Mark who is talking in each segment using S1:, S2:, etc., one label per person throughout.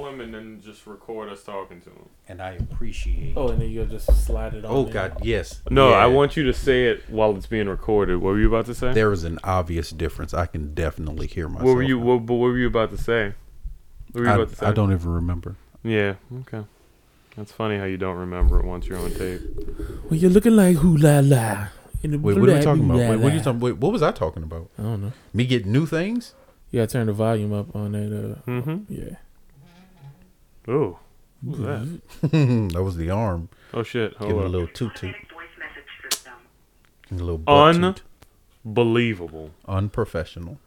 S1: them and then just record us talking to them.
S2: and I appreciate.
S3: Oh, and then you'll just slide it on.
S2: Oh
S3: in.
S2: God, yes.
S1: No,
S2: Yeah.
S1: I want you to say it while it's being recorded. What were you about to say?
S2: There is an obvious difference. I can definitely hear myself.
S1: what were you? What, but what were you about to say? What were you
S2: I,
S1: about to say?
S2: I don't even remember.
S1: Yeah. Okay. That's funny how you don't remember it once you're on tape.
S3: Well, you're looking like hoo la la. in the
S2: Wait, what are we
S3: blue
S2: talking about?
S3: la
S2: Wait, what are you
S3: la.
S2: talking? Wait, what was I talking about?
S3: I don't know.
S2: Me get new things?
S3: Yeah, turn the volume up on that. Uh,
S1: Mm-hmm.
S3: yeah.
S1: Oh. Who's that?
S2: that was the arm.
S1: Oh shit. Hold
S2: Give it a
S1: up.
S2: little toot toot.
S4: Automatic voice message system.
S2: A little butt
S1: Un-
S2: toot.
S1: Believable.
S2: Unprofessional.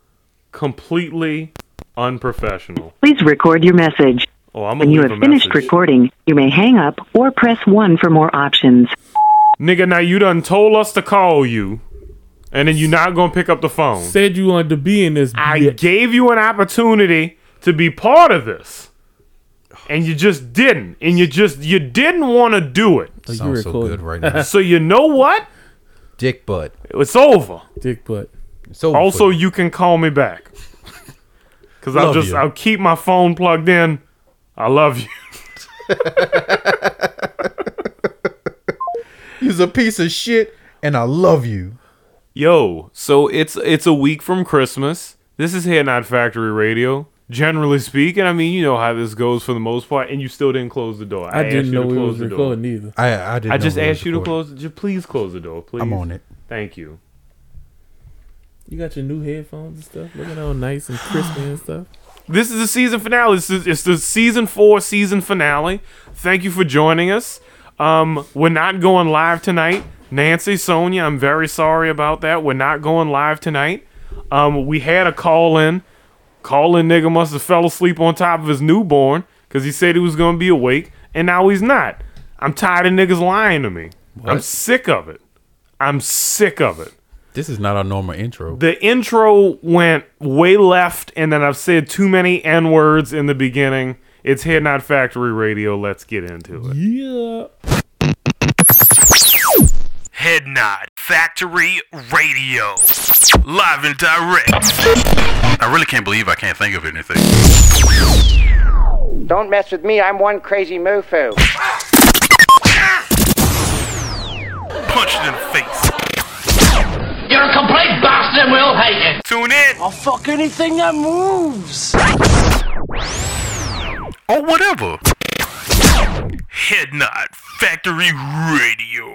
S1: Completely unprofessional.
S4: Please record your message.
S1: Oh, I'm gonna
S4: When you
S1: leave
S4: have
S1: a
S4: finished
S1: message.
S4: recording, you may hang up or press 1 for more options.
S1: Nigga, now you done told us to call you, and then you're not gonna pick up the phone.
S3: Said you wanted to be in this.
S1: I
S3: bitch.
S1: gave you an opportunity to be part of this. And you just didn't. And you just you didn't want to do it.
S3: Oh, you
S2: Sounds so
S3: recording.
S2: good right now.
S1: So you know what?
S2: Dick butt.
S1: It's over.
S3: Dick butt.
S2: It's over
S1: Also,
S2: for you.
S1: you can call me back. Cuz I'll
S2: Love
S1: just
S2: you.
S1: I'll keep my phone plugged in. I love you.
S2: he's a piece of shit, and I love you.
S1: Yo, so it's it's a week from Christmas. This is Here Not Factory Radio. Generally speaking, I mean, you know how this goes for the most part, and you still didn't close the door.
S3: I,
S1: asked
S3: didn't
S1: you
S3: know
S1: to
S3: we
S1: close
S3: was
S1: the door.
S3: recording either.
S2: I I didn't.
S1: I
S2: know
S1: just
S2: we was
S1: asked you to
S2: recording.
S1: close. Just please close the door, please.
S2: I'm on it.
S1: Thank you.
S3: You got your new headphones and stuff, looking all nice and crispy and stuff.
S1: This is the season finale. This is, it's the season four season finale. Thank you for joining us. Um, we're not going live tonight. Nancy, Sonia, I'm very sorry about that. We're not going live tonight. Um, we had a call in. Call in nigga must have fell asleep on top of his newborn because he said he was going to be awake, and now he's not. I'm tired of niggas lying to me. I'm
S2: What?
S1: sick of it. I'm sick of it.
S2: This is not our normal intro.
S1: The intro went way left, and then I've said too many N words in the beginning. It's Head Not Factory Radio. Let's get into it.
S3: Yeah.
S5: Head Nod Factory Radio. Live and direct. I really can't believe I can't think of anything.
S6: Don't mess with me. I'm one crazy mofo.
S5: Punch it in the face.
S7: You're a complete bastard and we'll hate you.
S5: Tune in.
S7: I'll fuck anything that moves.
S5: Or whatever. Head Nod Factory Radio.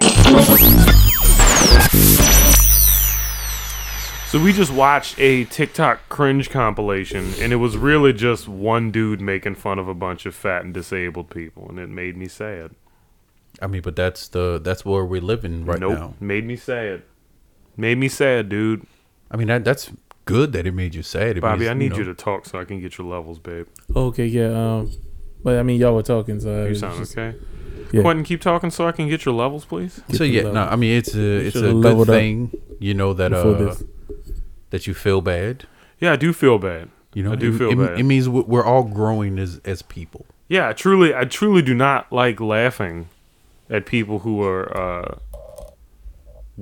S1: So we just watched a TikTok cringe compilation, and it was really just one dude making fun of a bunch of fat and disabled people, and it made me sad.
S2: I mean, but that's the that's where we're living right
S1: nope,
S2: now.
S1: made me sad. Made me sad, dude.
S2: I mean, that, that's good that it made you sad. It
S1: Bobby,
S2: means,
S1: I need
S2: know,
S1: you to talk so I can get your levels, babe.
S3: Okay. Yeah. Um. But I mean, y'all were talking, so
S1: You sound okay.
S3: yeah.
S1: Quentin, keep talking so I can get your levels, please.
S2: So
S3: the
S2: yeah, no,
S3: level.
S2: I mean it's a it's
S3: should've
S2: a good
S3: leveled up
S2: thing, you know that
S3: before
S2: uh
S3: this.
S2: that you feel bad.
S1: Yeah, I do feel bad.
S2: You know,
S1: I do
S2: it,
S1: feel
S2: it,
S1: bad.
S2: It means we- we're all growing as as people.
S1: Yeah, I truly, I truly do not like laughing at people who are uh,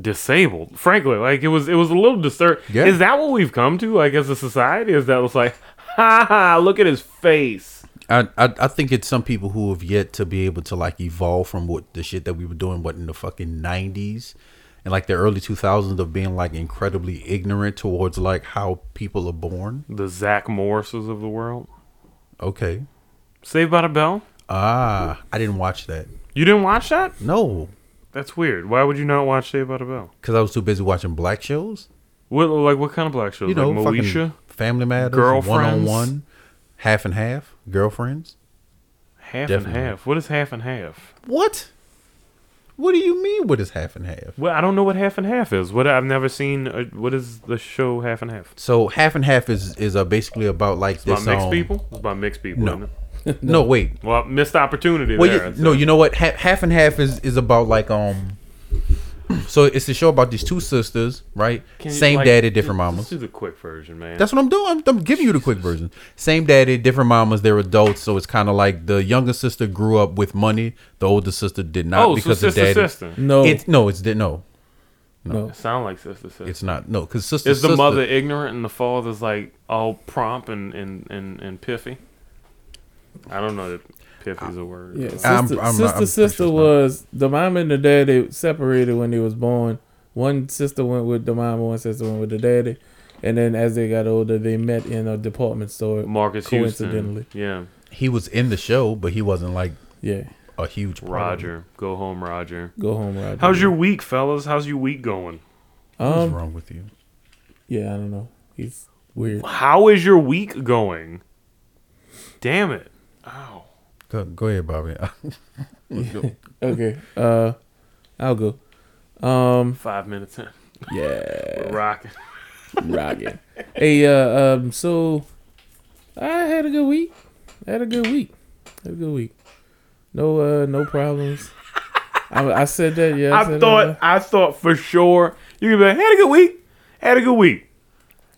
S1: disabled. Frankly, like it was, it was a little disturbing.
S2: Yeah.
S1: Is that what we've come to, like as a society? Is that was like, ha ha, look at his face.
S2: I, I I think it's some people who have yet to be able to like evolve from what the shit that we were doing what in the fucking nineties and like the early two thousands of being like incredibly ignorant towards like how people are born.
S1: The Zach Morrises of the world.
S2: Okay.
S1: Saved by the Bell.
S2: Ah, I didn't watch that.
S1: You didn't watch that?
S2: No,
S1: That's weird. Why would you not watch Saved by the Bell?
S2: because I was too busy watching black shows.
S1: What, like what kind of black shows?
S2: You know,
S1: like
S2: fucking
S1: Moesha,
S2: Family Matters,
S1: Girlfriends.
S2: One on One, Half and Half, Girlfriends.
S1: half
S2: Definitely.
S1: and half. What is half and half?
S2: What? What do you mean? What is half and half?
S1: Well, I don't know what half and half is. What I've never seen. Uh, what is the show Half and Half?
S2: So half and half is is uh, basically about like
S1: By
S2: this.
S1: mixed
S2: um,
S1: people? It's by mixed people.
S2: No.
S1: isn't it?
S2: No, wait.
S1: Well, missed opportunity
S2: Well,
S1: there.
S2: you, no, you know what? Ha- half and half is is about like um. So it's the show about these two sisters, right?
S1: Can you,
S2: Same
S1: like,
S2: daddy,
S1: just-
S2: different
S1: just
S2: mamas.
S1: do the quick version, man.
S2: That's what I'm doing. I'm, I'm giving you the quick version. Same daddy, different mamas. They're adults, so it's kind of like the younger sister grew up with money. The older sister did not
S1: oh,
S2: because
S1: so
S2: the
S1: sister,
S2: daddy.
S1: sister.
S3: No.
S2: It's no, it's di- no,
S3: no.
S1: Sound like sister, sister.
S2: it's not no. Because sister
S1: is the
S2: sister-
S1: mother ignorant and the father's like all prompt and and and, and piffy? I don't know if piffy's a word.
S3: Yeah, sister,
S2: I'm- I'm not-
S3: sister,
S2: I'm
S3: sister
S2: precious, man.
S3: was the mom and the dad. They separated when they was born. One sister went with the mom, one sister went with the daddy, and then as they got older, they met in a department store.
S1: Marcus
S3: coincidentally,
S1: Houston.
S2: He was in the show, but he wasn't like
S3: yeah.
S2: a huge
S1: Yeah.
S2: part of it.
S1: Roger. Go home, Roger.
S3: Go home, Roger.
S1: How's your week, fellas? How's your week going?
S2: What's
S3: um?
S2: wrong with you?
S3: Yeah, I don't know. He's weird.
S1: How is your week going? Damn it. Ow.
S2: Go, go ahead, Bobby.
S3: Okay. Uh, I'll go. Um,
S1: Five minutes in.
S3: yeah,
S1: We're rocking.
S3: rocking. hey, uh, um, so I had a good week. I had a good week. Had a good week. No, uh, no problems. I, I said that. Yeah,
S1: I
S3: said,
S1: thought
S3: uh,
S1: I thought for sure you could be like, had a good week. Had a good week.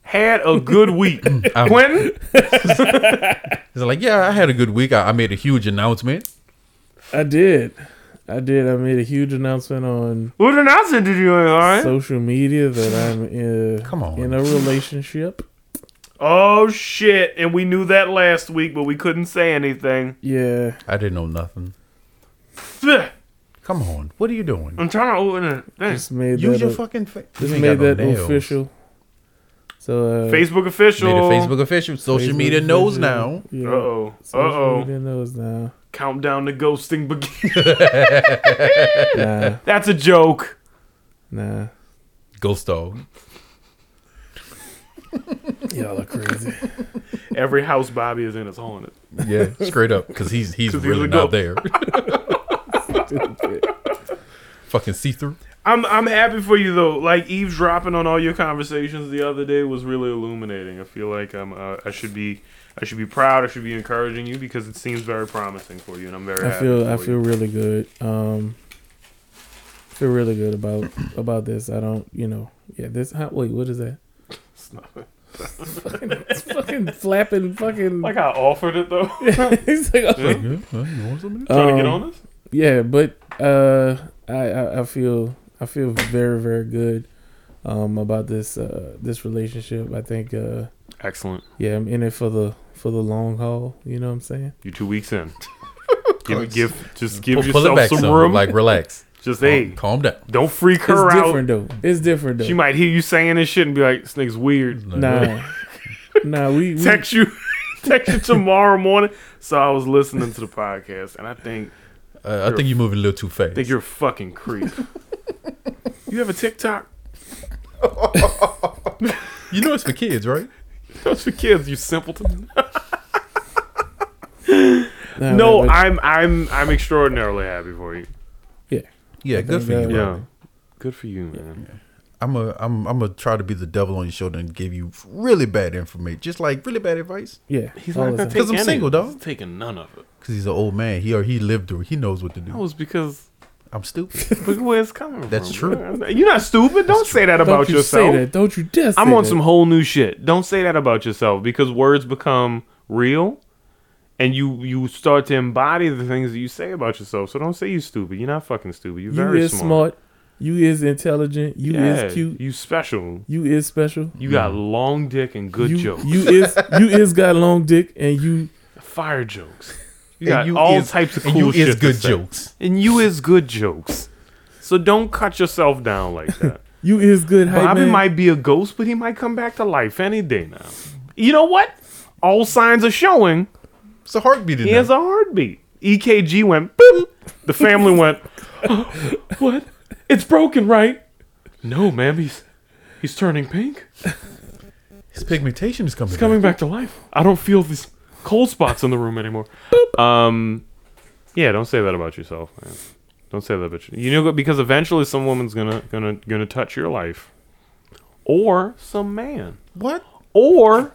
S1: Had a good week. Quentin?
S2: He's like, yeah, I had a good week. I, I made a huge announcement.
S3: I did. I did. I made a huge announcement on
S1: What announcement did you make, all right?
S3: social media that I'm in,
S2: Come on.
S3: in a relationship.
S1: oh shit. And we knew that last week, but we couldn't say anything.
S3: Yeah.
S2: I didn't know nothing. Come on, what are you doing?
S1: I'm trying to open it. Thanks.
S3: Just made
S2: Use
S3: that.
S2: your
S3: a-
S2: fucking face.
S3: just made that official. So uh,
S1: Facebook official.
S2: Made it Facebook official. Social
S3: Facebook
S2: media knows now.
S3: official. Yeah.
S1: Uh oh. Uh
S3: Social
S1: oh.
S3: media knows now.
S1: Countdown to ghosting begin.
S3: Nah,
S1: That's a joke.
S3: nah.
S2: Ghost dog.
S3: Y'all are crazy.
S1: Every house Bobby is in is haunted.
S2: Yeah, straight up, because he's he's
S1: 'Cause he's
S2: really
S1: a
S2: not
S1: ghost.
S2: there. fucking see through.
S1: I'm I'm happy for you though. Like eavesdropping on all your conversations the other day was really illuminating. I feel like I'm uh, I should be I should be proud. I should be encouraging you because it seems very promising for you, and I'm very
S3: I
S1: happy.
S3: feel
S1: for
S3: I
S1: you.
S3: feel really good. Um, feel really good about about this. I don't, you know, yeah. This how, wait, what is that? fucking, it's fucking flapping, fucking.
S1: like I offered it though.
S3: He's like, oh.
S2: Yeah, well, you want something?
S1: Trying to get
S3: Um,
S1: on this.
S3: yeah, but uh, I, I I feel I feel very very good um about this uh this relationship. I think uh
S1: Excellent.
S3: yeah, I'm in it for the for the long haul. You know what I'm saying?
S1: You two weeks in.
S2: Course.
S1: give give just give
S2: Pull- Oh, pull it
S1: yourself
S2: back
S1: some
S2: some.
S1: room.
S2: Like um, relax.
S1: just
S2: Calm-
S1: hey,
S2: calm down.
S1: don't freak
S3: It's
S1: her out.
S3: different though. It's different though.
S1: She might hear you saying this shit and be like, "This nigga's weird."
S3: Nah, nah. We, we
S1: text you text you tomorrow morning. So I was listening to the podcast and I think
S2: Uh, I think you're moving a little too fast.
S1: I think you're a fucking creep. you have a TikTok?
S2: you know it's for kids, right?
S1: That's for kids, you simpleton.
S3: nah,
S1: No,
S3: but-
S1: I'm I'm I'm extraordinarily happy for you.
S3: yeah.
S2: Yeah, good for
S3: uh,
S2: you. bro.
S1: Yeah. Good for you, man.
S2: I'm a I'm I'm gonna try to be the devil on your shoulder and give you really bad information, just like really bad advice.
S3: Yeah,
S1: He's
S3: all
S1: not gonna
S3: the time.
S1: take
S2: Because I'm
S1: any.
S2: single, dog.
S1: He's taking none of it.
S2: Cause he's an old man. He or he lived through. it. He knows what to
S1: That
S2: do.
S1: was because
S2: I'm stupid.
S1: look where it's coming from.
S2: That's
S1: bro. You're not stupid. Don't say that
S3: Don't
S1: about
S3: you
S1: yourself.
S3: say that? Don't you dare say
S1: I'm on
S3: that.
S1: some whole new shit. Don't say that about yourself because words become real and you you start to embody the things that you say about yourself. So don't say you stupid. You're not fucking stupid. You're
S3: You
S1: very
S3: is
S1: smart.
S3: smart. You is intelligent. You
S1: Yeah,
S3: is cute.
S1: You special.
S3: You is special.
S1: You got long dick and good
S3: you,
S1: jokes.
S3: you is you is got long dick and you
S1: Fire jokes. You got
S2: And
S1: all
S2: is-
S1: types of
S2: and
S1: cool
S2: you
S1: shit.
S2: is
S1: to
S2: good
S1: say.
S2: jokes.
S1: And you is good jokes. So don't cut yourself down like that.
S3: you is good hype
S1: Bobby
S3: man.
S1: might be a ghost, but he might come back to life any day now. You know what? All signs are showing
S2: It's a heartbeat in
S1: He
S2: there.
S1: has a heartbeat. EKG went boop. The family went, what? It's broken, right? No, ma'am. He's he's turning pink.
S2: His pigmentation is coming.
S1: He's coming back to life. I don't feel these cold spots in the room anymore. Um, yeah. Don't say that about yourself, man. Don't say that about you. You know, because eventually some woman's gonna gonna gonna touch your life, or some man,
S2: What?
S1: or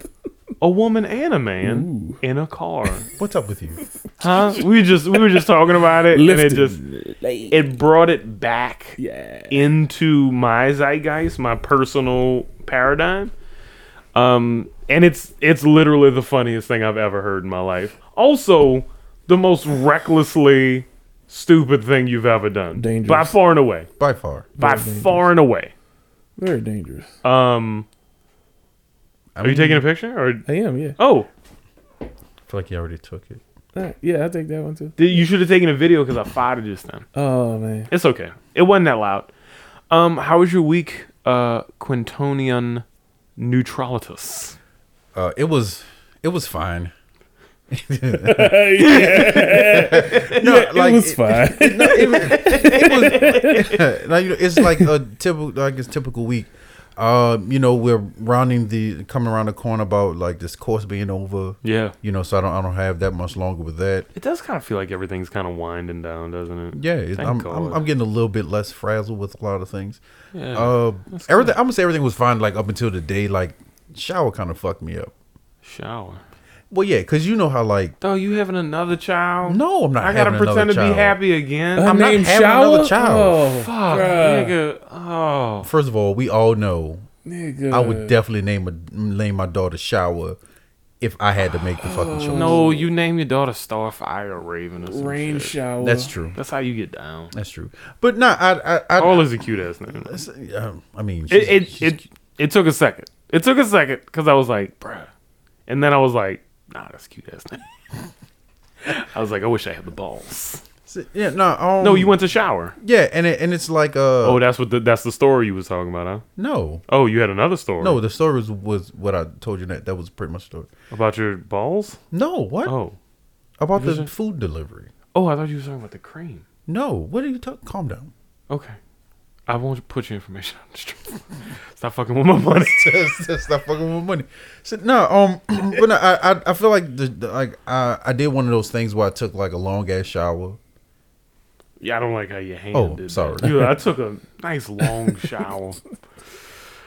S1: a woman and a man in a car.
S2: What's up with you?
S1: Huh? We just we were just talking about it, and it
S3: Lifted.
S1: just it brought it back into my zeitgeist, my personal paradigm. Um, and it's it's literally the funniest thing I've ever heard in my life. Also, the most recklessly stupid thing you've ever done,
S3: Dangerous.
S1: by far and away,
S2: By far.
S1: by far and away.
S3: Very dangerous.
S1: Um,
S2: I
S1: are you taking a picture or?
S3: I am. Yeah.
S1: Oh,
S2: I feel like you already took it.
S3: Alright, Yeah, I'll take that one too.
S1: Th- You should have taken a video because I farted just then.
S3: Oh man.
S1: It's okay. It wasn't that loud. Um, how was your week, uh, Quintonian Neutralitas?
S2: Uh, it was it was fine. no,
S3: it was fine.
S2: no, it, it was like, you know, it's like a typical like it's typical week. Um, you know, we're rounding the coming around the corner about like this course being over.
S1: Yeah.
S2: You know, so I don't I don't have that much longer with that.
S1: It does kind of feel like everything's kind of winding down, doesn't it?
S2: Yeah, it,
S1: Thank
S2: I'm,
S1: God.
S2: I'm I'm getting a little bit less frazzled with a lot of things. uh, everything I'm gonna say everything was fine like up until the day like shower kind of fucked me up.
S1: Shower.
S2: Well, yeah, because you know how like
S1: Oh, you having another child?
S2: No, I'm not
S1: I gotta
S2: having another
S1: pretend to
S2: child.
S1: be happy again.
S3: Her
S1: I'm not.
S2: not
S3: name
S2: having
S3: Shower.
S2: another child.
S3: Oh,
S1: Fuck,
S3: bruh.
S1: nigga.
S2: uh,
S1: Oh,
S2: first of all, we all know
S3: Nigga.
S2: I would definitely name a name my daughter Shower if I had to make the fucking choice.
S1: Oh. no! You name your daughter Starfire or Raven or some
S3: rain
S1: shit.
S3: shower.
S2: that's true.
S1: That's how you get down.
S2: That's true. But nah, I I I,
S1: All is a cute ass name.
S2: um, I mean, she's,
S1: Oh. It it,
S2: she's-
S1: it it took a second. It took a second because I was like, bruh, and then I was like, nah, that's a cute ass name. I was like, I wish I had the balls.
S2: yeah no um,
S1: No, you went to shower.
S2: yeah and it, and it's like uh
S1: Oh, that's what the, that's the story you was talking about, huh?
S2: no
S1: Oh, you had another story.
S2: no the story was, was what I told you that that was pretty much the story.
S1: about your balls.
S2: No, what
S1: Oh,
S2: about the food delivery?
S1: oh, I thought you were talking about the cream.
S2: No, what are you talking? Calm down.
S1: Okay. I won't put your information on the street. Stop fucking with my money.
S2: that's, that's not fucking with money. So no, um, but no, I, I I feel like the, the like I I did one of those things where I took like a long ass shower.
S1: Yeah, I don't like how your hand
S2: Oh,
S1: did that.
S2: sorry.
S1: You- I took a nice long shower.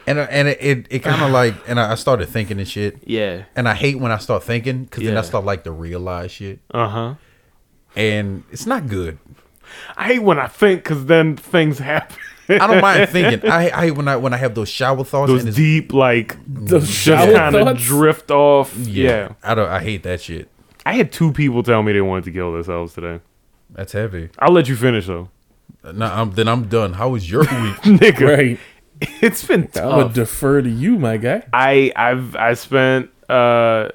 S2: and I- and it it, it kind of like and I I started thinking and shit.
S1: yeah.
S2: And I hate when I start thinking because then
S1: Yeah.
S2: I start like to realize shit,
S1: Uh huh.
S2: and it's not good.
S1: I hate when I think because then things happen.
S2: I don't mind thinking. I, I hate when I when I have those shower thoughts. and
S1: Those
S2: it's,
S1: deep, like,
S3: The
S1: just
S3: shower
S1: kind of
S3: thoughts?
S1: drift off. Yeah.
S2: I don't. I hate that shit.
S1: I had two people tell me they wanted to kill themselves today.
S2: That's heavy.
S1: I'll let you finish, though.
S2: No, I'm, then I'm done. How was your week?
S1: Nigga.
S3: Right.
S1: It's been
S3: I
S1: tough.
S3: would defer to you, my guy.
S1: I I've I spent uh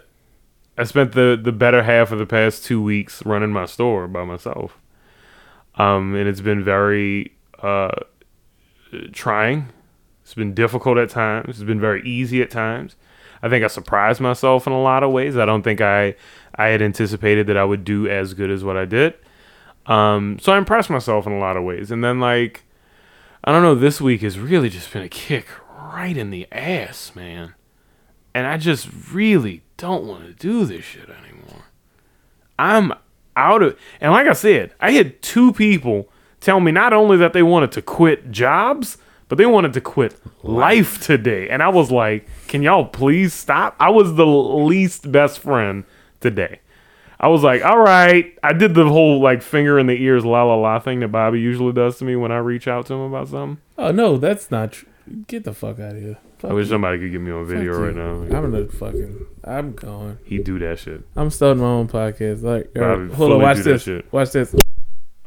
S1: I spent the the better half of the past two weeks running my store by myself. Um and it's been very uh trying. It's been difficult at times. It's been very easy at times. I think I surprised myself in a lot of ways. I don't think I I had anticipated that I would do as good as what I did. Um so I impressed myself in a lot of ways. And then like I don't know, this week has really just been a kick right in the ass, man. And I just really don't want to do this shit anymore. I'm out of and like I said, I had two people tell me not only that they wanted to quit jobs, but they wanted to quit life today. And I was like, "Can y'all please stop?" I was the least best friend today. I was like, all right. I did the whole like finger in the ears la la la thing that Bobby usually does to me when I reach out to him about something.
S3: Oh no, that's not true. Get the fuck out of here. Fuck
S1: I wish
S3: you.
S1: somebody could get me on video
S3: Fuck
S1: right
S3: you.
S1: now.
S3: I'm gonna fucking. I'm going.
S1: He do that shit.
S3: I'm starting my own podcast. Like, all right,
S1: Bobby,
S3: hold on.
S1: fully
S3: Watch
S1: do that
S3: this.
S1: shit.
S3: Watch this.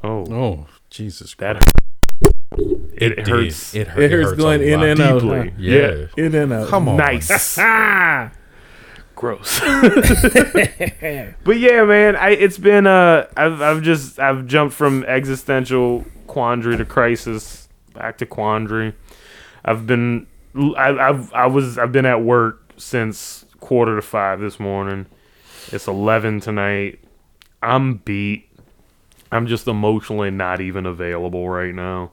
S1: Oh,
S2: oh Jesus!
S1: that
S2: Christ.
S1: hurt. It,
S2: It
S1: hurts
S2: It, hurt,
S3: It hurts going in and out. huh?
S1: deeply.
S2: Yeah.
S1: Yeah.
S3: In and out.
S2: Come on.
S1: Nice. Gross. but yeah, man, I it's been uh I've I've just I've jumped from existential quandary to crisis back to quandary. I've been I, I've I was I've been at work since quarter to five this morning. It's eleven tonight. I'm beat. I'm just emotionally not even available right now.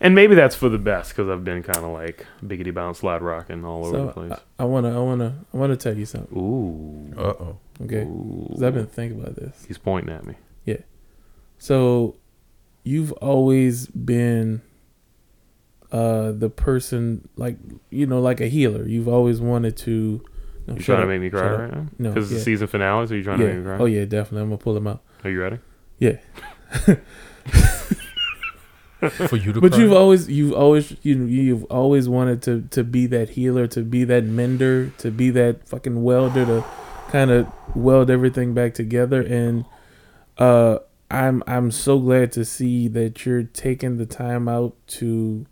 S1: And maybe that's for the best because I've been kind of like biggity bounce, slide rocking all over the place.
S3: So uh, I, I wanna, I wanna, I wanna tell you something.
S1: Ooh,
S2: Uh oh.
S3: Okay, 'Cause I've been thinking about this.
S1: he's pointing at me.
S3: Yeah. So, you've always been uh the person like you know like a healer. You've always wanted to. No,
S1: You
S3: shut
S1: trying
S3: up,
S1: to make me cry
S3: shut up.
S1: right now?
S3: No,
S1: because
S3: yeah.
S1: the season finale. So you trying to make me
S3: Yeah.
S1: cry?
S3: Oh yeah, definitely. I'm gonna pull him out.
S1: Are you ready?
S3: Yeah.
S2: For you to.
S3: But
S2: cry?
S3: you've always you've always you you've always wanted to to be that healer, to be that mender, to be that fucking welder, to kind of weld everything back together. And uh, I'm I'm so glad to see that you're taking the time out to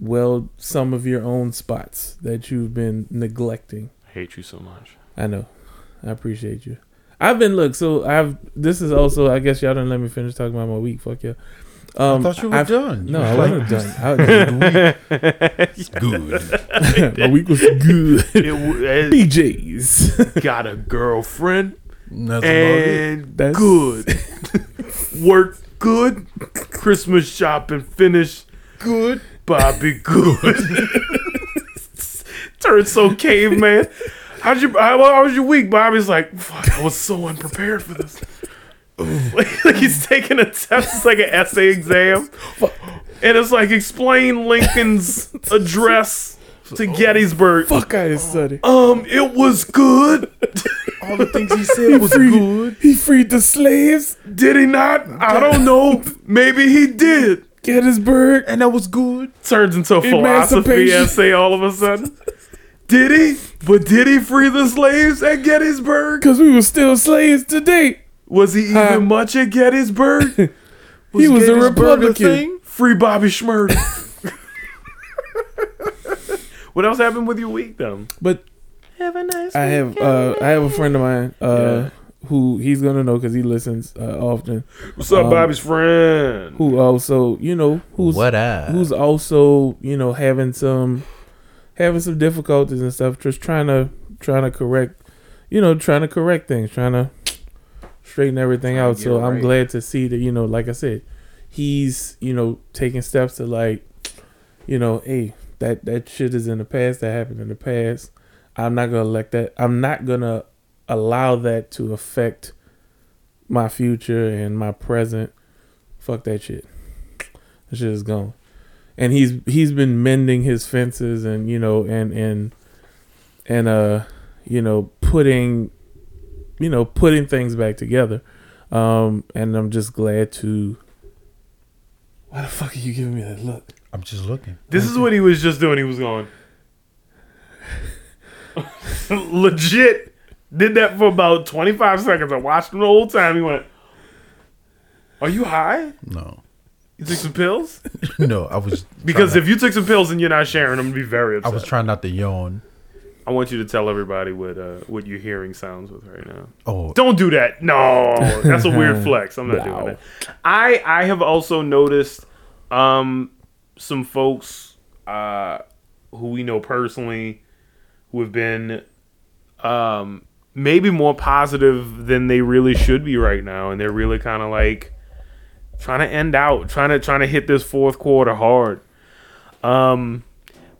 S3: weld some of your own spots that you've been neglecting.
S1: I hate you so much.
S3: I know, I appreciate you. I've been look. So I've. This is also. I guess y'all didn't let me finish talking about my week. Fuck yeah. Um,
S2: thought you were
S3: I've-
S2: done.
S3: No,
S2: You
S3: I
S2: were
S3: wasn't done. I,
S2: It's good.
S3: my week was good.
S1: It w- it
S3: BJ's.
S1: got a girlfriend
S2: That's
S1: and
S3: That's-
S1: good work, good Christmas shopping finished good. Bobby good. Turned so caveman. How'd you? How, how was your week? Bobby's like, fuck, I was so unprepared for this. like he's taking a test, it's like an essay exam, and it's like explain Lincoln's address to Gettysburg.
S3: Fuck, I is sunny.
S1: Um, it was good.
S2: All the things he said was
S3: Free-
S2: good.
S3: He freed the slaves.
S1: Did he not? I don't know. Maybe he did.
S3: Gettysburg.
S2: And that was good.
S1: Turns into a philosophy
S3: Emancipation.
S1: essay all of a sudden. Did he? But did he free the slaves at Gettysburg?
S3: Because we were still slaves today.
S1: Was he even
S3: Huh?
S1: much at Gettysburg?
S3: he was a
S2: Gettysburg
S3: Republican.
S2: thing?
S1: Free Bobby Schmurd. what else happened with your week, though?
S3: But
S1: Have a nice
S3: I have uh, I have a friend of mine uh, who he's gonna know because he listens uh, often.
S1: What's up,
S3: um,
S1: Bobby's friend?
S3: Who also you know who's
S2: What up?
S3: who's also you know having some having some difficulties and stuff. Just trying to trying to correct, you know, trying to correct things, trying to straighten everything out. So
S2: it
S3: I'm
S2: right.
S3: glad to see that you know, like I said, he's you know taking steps to like, you know, hey, that that shit is in the past. That happened in the past. I'm not gonna let that. I'm not gonna allow that to affect my future and my present. Fuck that shit. That shit is gone. And he's he's been mending his fences and you know and and and uh you know putting you know putting things back together. Um and I'm just glad to. Why the fuck are you giving me that look?
S2: I'm just looking.
S1: This is what he was just doing. He was going. Legit did that for about 25 seconds. I watched him the whole time. He went, Are you high?
S2: No.
S1: You took some pills?
S2: No, I was
S1: Because
S2: trying
S1: if you took some pills and you're not sharing, I'm going to be very
S2: not- I
S1: upset. I,
S2: was trying not to yawn.
S1: want you to tell everybody what uh, what your hearing sounds with right now.
S2: Oh,
S1: Don't do that. No, that's a weird flex. I'm not doing that. I I have also noticed um some folks uh who we know personally who have been um maybe more positive than they really should be right now and they're really kind of like trying to end out, trying to trying to hit this fourth quarter hard. Um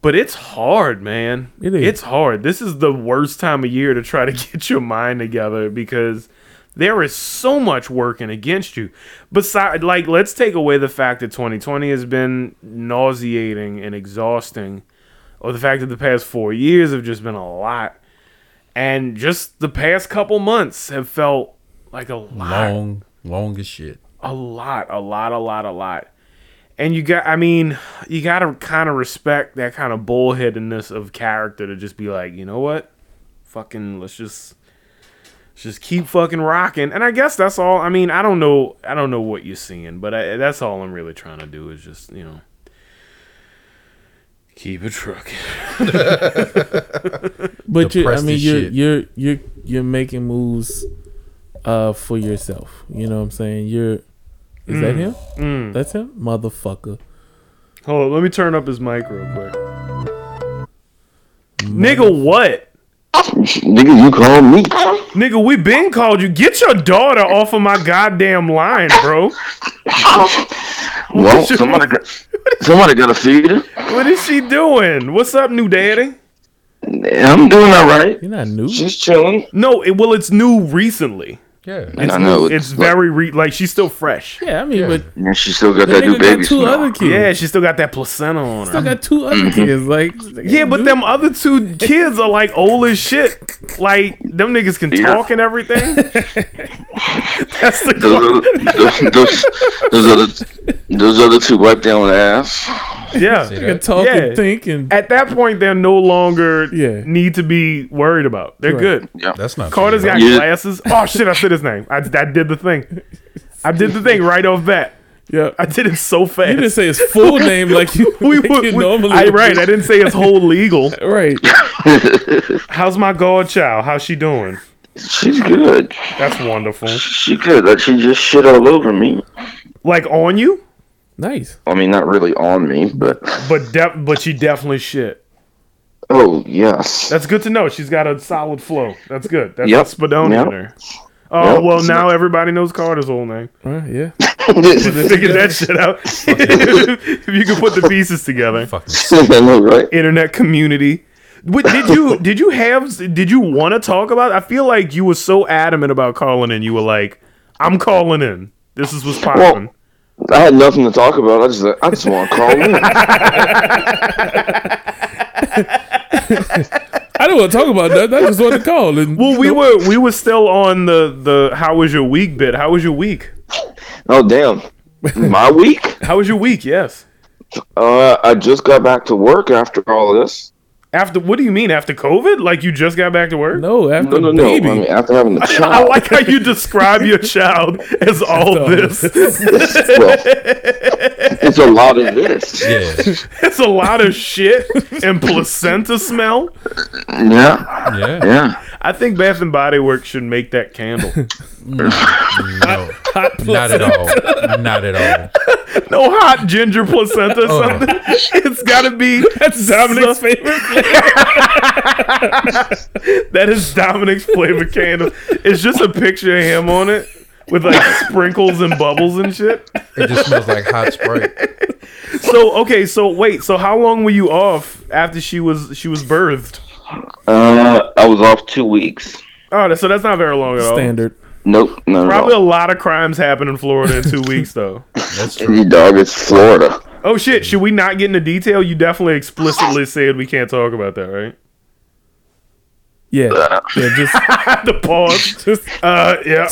S1: but it's hard, man.
S3: It is.
S1: It's hard. This is the worst time of year to try to get your mind together because there is so much working against you. Besides, like, let's take away the fact that 2020 has been nauseating and exhausting, or the fact that the past four years have just been a lot. And just the past couple months have felt like a lot
S2: long, long as shit.
S1: a lot, a lot, a lot, a lot. And you got, I mean, you got to kind of respect that kind of bullheadedness of character to just be like, you know what? Fucking, let's just, let's just keep fucking rocking. And I guess that's all. I mean, I don't know, I don't know what you're seeing, but I, that's all I'm really trying to do is just, you know, keep it trucking.
S3: But you, I
S2: Depressed
S3: mean,
S2: as
S3: you're
S2: shit.
S3: you're you're you're making moves, uh, for yourself. You know what I'm saying? You're, is that
S1: Mm.
S3: him? That's him, motherfucker.
S1: Hold on, let me turn up his mic real quick.
S8: Mm.
S1: Nigga, what?
S8: Nigga, you call me.
S1: Nigga, we been called you. Get your daughter off of my goddamn line, bro.
S8: Well, somebody got, somebody got to feed her.
S1: What is she doing? What's up, new daddy?
S8: I'm doing all right.
S3: You're not new.
S8: She's chilling.
S1: No, it, well, it's new recently.
S2: Yeah.
S8: I know. Hmm.
S1: It's very re- like she's still fresh.
S3: Yeah, I mean, but
S8: And she still got
S3: the
S8: that new
S3: nigga got
S8: baby.
S3: two
S8: smell.
S3: other kids.
S1: Yeah, she still got that placenta on
S3: I
S1: her.
S3: got two other kids. Like,
S1: Yeah, but them other two kids are like old as shit. Like them niggas can
S8: Yeah.
S1: talk and everything. That's
S8: Those
S1: the
S8: other, those, those other, those other two wiped down the ass.
S1: yeah.
S3: can talk
S1: Yeah.
S3: and think and
S1: At that point, they're no longer
S3: Yeah.
S1: need to be worried about. They're
S3: Right.
S1: good.
S2: That's not
S1: Carter's
S2: fair.
S1: got
S8: Yeah.
S1: glasses. Oh shit! I said his name. I, I did the thing. I did the thing right off bat.
S3: yeah.
S1: I did it so fast.
S3: You didn't say his full name like you,
S1: we,
S3: like
S1: would-
S3: you
S1: we-
S3: normally.
S1: I,
S3: do.
S1: right. I didn't say it's whole legal.
S3: right.
S1: How's my godchild? How's she doing?
S8: She's good.
S1: That's wonderful.
S8: She good. Like she just shit all over me.
S1: Like on you,
S3: Nice.
S8: I mean, not really on me, but
S1: but de- but she definitely shit.
S8: oh yes.
S1: That's good to know. She's got a solid flow. That's good. That's
S8: Yep.
S1: Spadone
S8: Yep.
S1: in her. Oh
S8: Yep.
S1: well, now everybody knows Carter's whole name.
S3: All right, yeah.
S1: Figure that shit out. if you can put the pieces together.
S2: Fucking
S8: I know, right?
S1: internet community. Wait, did you did you have did you want to talk about? I feel like you were so adamant about calling in. You were like, "I'm calling in. This is what's popping."
S8: Well- I had nothing to talk about. I just I just want to call in.
S3: I don't want to talk about that. I just want to call. And
S1: Well, we were we were still on the the how was your week bit. How was your week?
S8: Oh damn. My week?
S1: How was your week? Yes.
S8: Uh, I just got back to work after all of this.
S1: After what do you mean after COVID? Like you just got back to work?
S3: no after
S8: No, no, no.
S3: baby.
S8: I mean, after having a
S1: I
S8: child.
S1: like how you describe your child as all this.
S8: well, it's a lot of this.
S2: yeah,
S1: It's a lot of shit and placenta smell.
S8: Yeah,
S2: yeah.
S8: yeah.
S1: I think Bath and Body Works should make that candle.
S2: No, not at all. Not at all.
S1: no hot ginger placenta or
S2: Oh.
S1: something. It's got to be that's Dominic's favorite. that is Dominic's flavor candle. It's just a picture of him on it with like sprinkles and bubbles and shit.
S2: It just smells like hot sprite.
S1: So okay, so wait, so how long were you off after she was she was birthed?
S8: Uh, I was off two weeks.
S1: Oh, so that's not very long at all.
S3: standard.
S8: Nope, no,
S1: Probably a
S8: no.
S1: lot of crimes happen in Florida in two weeks though.
S2: That's true.
S8: You dog, it's Florida.
S1: Oh shit, should we not get into detail? You definitely explicitly said we can't talk about that, right?
S3: Yeah, yeah. Just
S1: the pause. uh, yeah.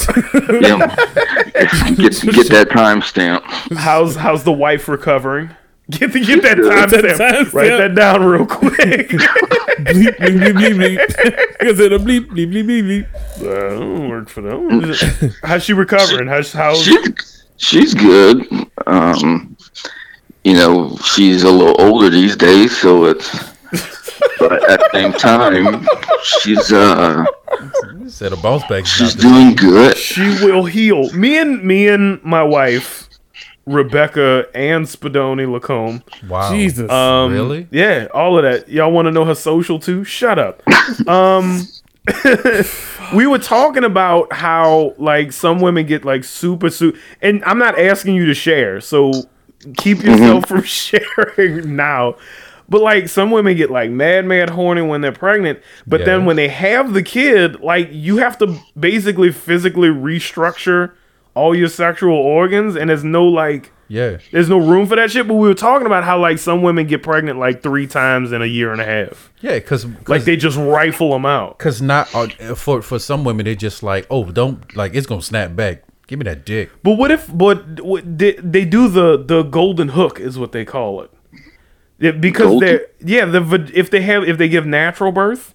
S8: Yeah. get, get that time stamp.
S1: How's how's the wife recovering? Get the, get that timestamp.
S3: Timestamp.
S1: Write that down real quick.
S3: bleep bleep bleep bleep bleep. Because it'll bleep bleep bleep bleep bleep.
S1: Uh, don't work for them. How's she recovering? How's how's
S8: She, she's good. Um, you know, she's a little older these days, so it's. But at the same time, she's uh,
S2: Said a bounce back.
S8: she's doing good.
S1: she will heal? Me and me and my wife, Rebecca and Spadoni Lacombe.
S2: Wow.
S3: Jesus.
S1: Um,
S2: Really?
S1: Yeah, all of that. Y'all want to know her social too? Shut up. Um, we were talking about how like some women get like super super, and I'm not asking you to share, so keep
S2: Mm-hmm.
S1: yourself from sharing now. But like some women get like mad, mad horny when they're pregnant, but then
S2: Yeah.
S1: when they have the kid, like you have to basically physically restructure all your sexual organs, and there's no like
S2: Yeah.
S1: there's no room for that shit. But we were talking about how like some women get pregnant like three times in a year and a half.
S2: Yeah, because
S1: Like they just rifle them out.
S2: because not uh, for for some women they're just like oh don't like it's gonna snap back. Give me that dick.
S1: But what if? But what, they, they do the the golden hook is what they call it. Yeah, because
S8: Golden?
S1: they yeah the va- if they have if they give natural birth,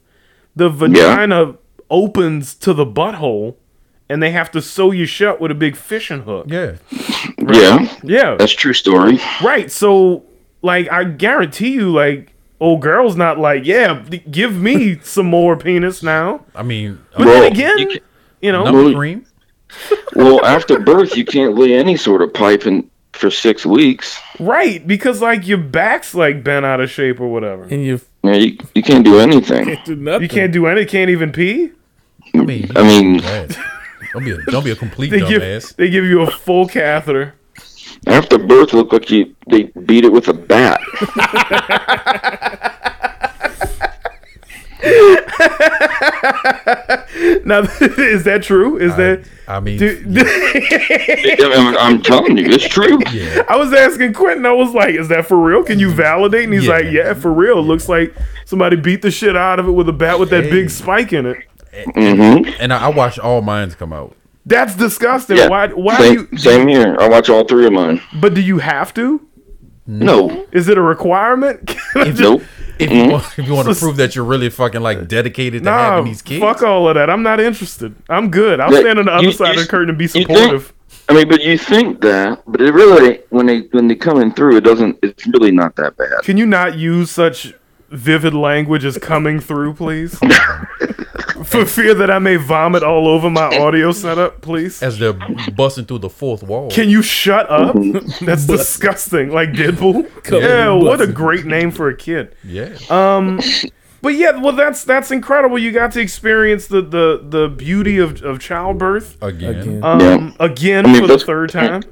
S1: the vagina opens to the butthole, and they have to sew you shut with a big fishing hook.
S2: Yeah.
S8: Yeah,
S1: yeah.
S8: that's true story.
S1: Right. So, like, I guarantee you, like, old girl's not like, yeah, d- give me some more penis now.
S2: I mean, uh,
S1: But
S8: Well,
S1: then again,
S8: you
S1: you,
S8: ca-
S1: know,
S2: number cream.
S8: Well, after birth, you can't lay any sort of pipe in for six weeks.
S1: right? Because like your back's like bent out of shape or whatever.
S3: and you
S8: Yeah, you, you can't do anything.
S3: do nothing.
S1: You can't do any. Can't even pee.
S2: I mean,
S8: I mean,
S2: bad. don't be a, don't be a complete
S1: They give
S2: dumbass.
S1: they give you a full catheter.
S8: after birth, look like you they beat it with a bat.
S1: Now, is that true? Is that?
S2: I mean,
S8: I'm, I'm telling you, it's true.
S2: yeah,
S1: I was asking Quentin. I was like, "Is that for real? Can you validate?" And he's
S2: Yeah.
S1: like, "Yeah, for real. Looks like somebody beat the shit out of it with a bat with that
S2: Hey.
S1: big spike in it."
S2: and I, I watched all mines come out.
S1: That's disgusting.
S8: Yeah.
S1: Why? Why do
S8: same,
S1: you?
S8: same here. I watch all three of mine.
S1: But do you have to?
S8: No,
S1: Is it a requirement? Can I just-
S8: nope.
S2: If you
S8: Mm-hmm.
S2: want, if you want to prove that you're really fucking like dedicated to
S1: Nah,
S2: having these kids,
S1: fuck all of that. I'm not interested. I'm good. I'll
S8: Yeah,
S1: stand on the other
S8: you-
S1: side
S8: you-
S1: of the curtain and be
S8: you think-
S1: supportive.
S8: I mean, but you think that, but it really when they when they come in through, it doesn't. It's really not that bad.
S1: Can you not use such vivid language is coming through, please? For fear that I may vomit all over my audio setup, please.
S2: as they're busting through the fourth wall.
S1: Can you shut up?
S8: Mm-hmm.
S1: That's disgusting. Like Deadpool.
S3: Covered
S1: Yeah,
S3: in
S1: what a
S3: buses.
S1: great name for a kid. Um,
S2: yeah.
S1: Uh, But yeah, well, that's that's incredible. You got to experience the the the beauty of of childbirth
S2: again.
S3: Again.
S1: um, again
S8: mean,
S1: for the
S8: that's-
S1: third time.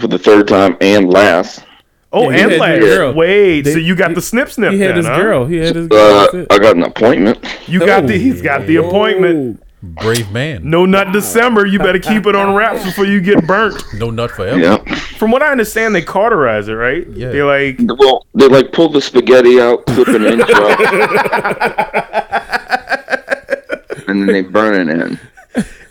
S8: for the third time and last.
S1: Oh,
S3: Yeah, he
S1: and
S3: had
S1: last.
S3: this girl.
S1: Wait,
S3: They-
S1: so you got the snip snip.
S3: He had
S1: then,
S3: his
S1: huh?
S3: girl. He had his girl.
S8: Uh,
S3: That's it.
S8: I got an appointment.
S1: You got the.
S3: Oh,
S1: He's got the appointment.
S2: Brave man.
S1: No nut December. You better keep it on wraps before you get burnt.
S2: No nut forever.
S8: Yeah.
S1: From what I understand, they cauterize it, right?
S2: Yeah.
S1: They like
S8: Well, they like pull the spaghetti out, flip it in, and then they burn it in.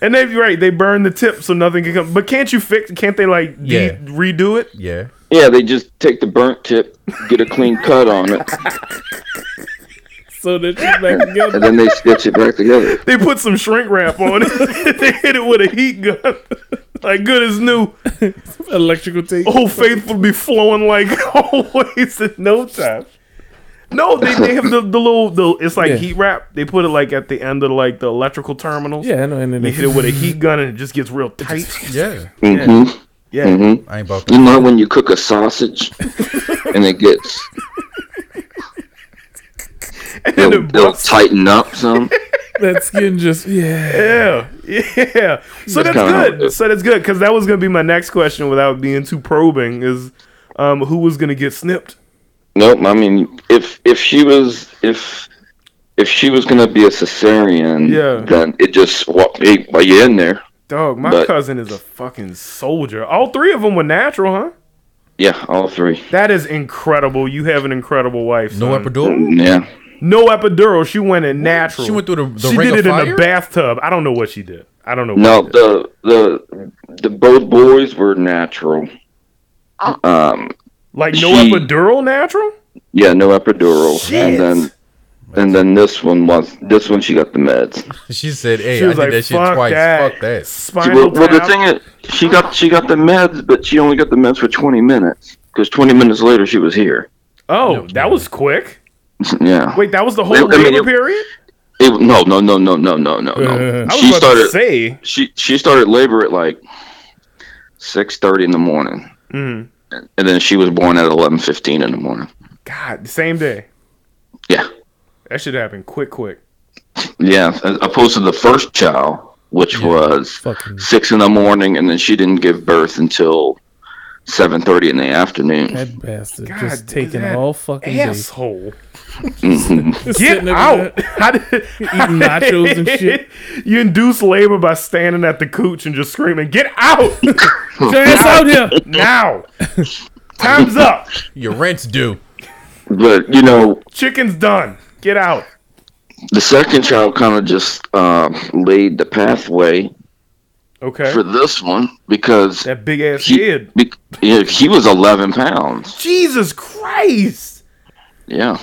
S1: And they right, they burn the tip so nothing can come. But can't you fix? Can't they like de-
S2: Yeah.
S1: redo it?
S2: Yeah.
S8: Yeah, they just take the burnt tip, get a clean cut on it,
S3: So that she's back
S8: and
S3: together.
S8: then they stitch it back together.
S1: They put some shrink wrap on it. they hit it with a heat gun, like good as new.
S3: Electrical tape.
S1: Old faithful Oh, be flowing like always in no time. No, they, they have the, the little the it's like
S3: Yeah.
S1: heat wrap. They put it like at the end of like the electrical terminals.
S3: Yeah, I know. And then
S1: They hit it with a heat gun and it just gets real tight.
S2: Yeah.
S8: hmm
S1: Yeah.
S2: I ain't about to.
S8: You know how when you cook a sausage and it gets
S1: And
S8: it'll,
S1: it
S8: it'll
S1: busts.
S8: tighten up some.
S3: that skin just yeah.
S1: Yeah, yeah. So that's
S8: kinda how it
S1: good.
S8: is.
S1: So that's good because that was gonna be my next question without being too probing is, um, who was gonna get snipped?
S8: Nope. I mean, if if she was if if she was gonna be a cesarean,
S1: Yeah.
S8: then it just wa- hey, while you're in there,
S1: Dog, my
S8: But-
S1: cousin is a fucking soldier. All three of them were natural, huh?
S8: yeah, all three.
S1: That is incredible. You have an incredible wife.
S2: No
S1: son.
S2: epidural.
S8: Yeah,
S1: No epidural. She went in natural.
S2: She went through the, the
S1: She
S2: ring
S1: did
S2: of
S1: it
S2: fire.
S1: in a bathtub. I don't know what she did. I don't know.
S8: no,
S1: What she did.
S8: the the the both boys were natural. Um,
S1: Like no
S8: she-
S1: epidural, natural.
S8: yeah, no epidural,
S1: Shit.
S8: and then and then this one was this one she got the meds.
S2: She said, "Hey,
S1: She
S2: I
S1: was
S2: did
S1: like,
S2: that shit
S1: "Fuck
S2: twice.
S1: that,
S2: Fuck that."
S1: spinal
S8: Well, well, the
S1: tap.
S8: thing is, she got she got the meds, but she only got the meds for twenty minutes because twenty minutes later she was here.
S1: oh,
S2: Nope.
S1: that was quick.
S8: Yeah.
S1: Wait, that was the whole
S8: I mean,
S1: labor
S8: it-
S1: period.
S8: It- no, no, no, no, no, no, no, no.
S1: I was
S8: she
S1: about
S8: started.
S1: to say.
S8: she she started labor at like six thirty in the morning,
S1: Mm.
S8: and then she was born at eleven fifteen in the morning.
S1: God, same day.
S8: Yeah,
S1: That should happen quick, quick.
S8: yeah. As opposed to the first child, which was
S3: Fucking
S8: six in the morning, and then she didn't give birth until seven thirty in the afternoon.
S3: that bastard
S1: God,
S3: just taking
S1: that
S3: all fucking day.
S1: Asshole.
S8: Mhm.
S1: Get
S3: Sitting over
S1: out.
S3: there
S1: How did,
S3: Eating nachos and shit.
S1: You induce labor by standing at the cooch and just screaming, Get out
S3: Get your ass out here.
S1: now. Time's up.
S2: Your rent's due.
S8: but you know,
S1: Chicken's done. Get out.
S8: the second child kind of just uh, laid the pathway
S1: Okay.
S8: for this one because
S1: That big ass
S8: he,
S1: kid.
S8: be- yeah, he was eleven pounds.
S1: Jesus Christ.
S8: Yeah,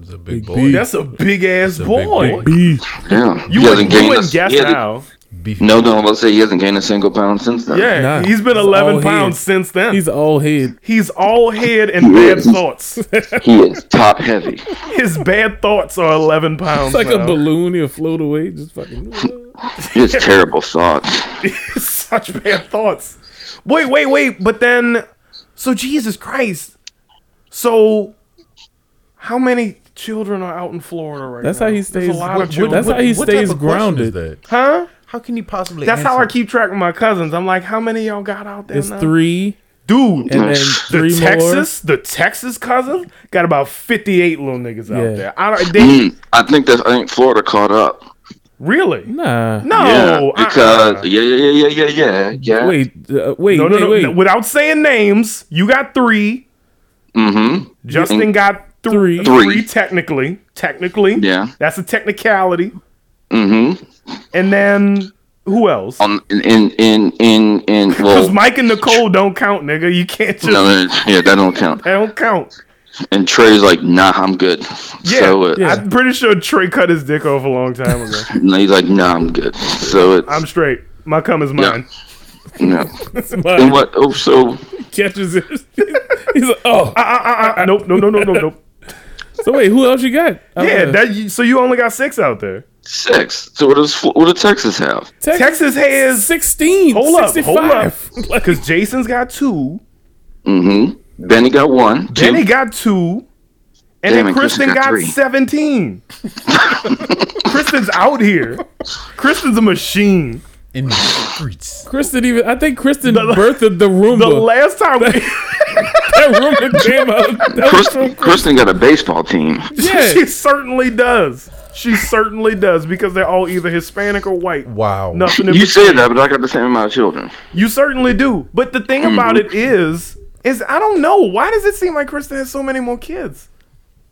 S2: It's a big,
S3: Big
S2: boy.
S3: B.
S1: That's a big ass
S2: a big
S1: boy.
S2: boy.
S3: B.
S8: yeah.
S1: You would
S8: He hasn't gained
S1: you
S8: a-
S1: wouldn't guess
S8: he hasn't-
S1: now.
S2: Beefy.
S8: No, no, let's say he hasn't gained a single pound since then.
S1: Yeah,
S3: Nah.
S1: he's been
S3: He's
S1: 11
S3: all
S1: pounds
S3: head.
S1: since then.
S3: He's all head.
S1: he's all head and bad
S8: is.
S1: thoughts.
S8: He is top heavy.
S1: His bad thoughts are 11 pounds.
S3: It's like a
S1: now.
S3: balloon. He'll float away. Just fucking.
S8: He has terrible thoughts.
S1: Such bad thoughts. Wait, wait, wait. But then, so Jesus Christ. So, how many children are out in Florida right
S3: That's
S1: now?
S3: how he
S1: There's
S3: stays-
S1: A lot of
S3: what-
S1: children.
S3: that's how he
S2: What type
S3: stays
S2: of question is
S3: grounded.
S2: that?
S1: huh?
S2: How can he possibly?
S1: That's how I
S2: answer?
S1: keep track of my cousins. I'm like, how many y'all got out there?
S3: It's
S1: now?
S3: three,
S1: dude.
S3: and then
S1: the
S3: three more.
S1: Texas, the Texas cousin got about 58 little niggas
S3: Yeah.
S1: out there. I don't. They,
S8: Mm, I think that I think Florida caught up.
S1: really?
S3: Nah.
S1: No,
S8: yeah,
S1: uh-uh.
S8: because yeah, yeah, yeah, yeah, yeah, yeah.
S3: Wait, uh, wait,
S1: no, no,
S3: wait,
S1: no,
S3: wait.
S1: no. Without saying names, you got three.
S8: Mm-hmm.
S1: Justin got th-
S3: Three.
S1: three.
S8: Three.
S1: technically. Technically.
S8: Yeah.
S1: That's a technicality.
S8: Mm-hmm.
S1: And then who else?
S8: On in in in in, in well,
S1: Because Mike and Nicole don't count, nigga. You can't just
S8: no, no, yeah, that don't count.
S1: they don't count.
S8: And Trey's like, nah, I'm good.
S1: Yeah,
S8: so uh, it,
S3: yeah.
S1: I'm pretty sure Trey cut his dick off a long time ago.
S8: and he's like, nah, I'm good. So it's
S1: I'm straight. My cum is
S8: Yeah.
S1: mine.
S8: no. And
S3: Somebody
S8: what? Oh, so
S3: catches it. He's like, oh,
S1: Uh, uh, uh, uh, nope, no, no, no, no, nope.
S3: So wait, who else you got?
S1: Yeah,
S3: Uh,
S1: that you, so you only got six out there.
S8: Six. So what does Fl- what does Texas have?
S1: Texas has
S3: sixteen.
S1: hold up,
S3: 65.
S1: hold up, because Jason's got two,
S8: Mm-hmm. Benny got one. two.
S1: Jenny got two, and
S8: Damn
S1: then
S8: it,
S1: Kristen
S8: Kristen got
S1: got,
S8: three.
S1: seventeen. Kristen's out here. Kristen's a machine.
S2: in the streets.
S3: Kristen even. I think Kristen birthed the Roomba.
S1: The last time we,
S3: that Roomba came out. That was
S8: Kristen,
S3: from
S8: Kristen got a baseball team.
S3: yeah.
S1: she certainly does. She certainly does because they're all either Hispanic or white.
S2: Wow.
S1: Nothing. in
S8: You
S1: between.
S8: said that, but I got the same amount of children.
S1: You certainly do. But the thing
S8: Mm-hmm.
S1: about it is, is I don't know. Why does it seem like Kristen has so many more kids?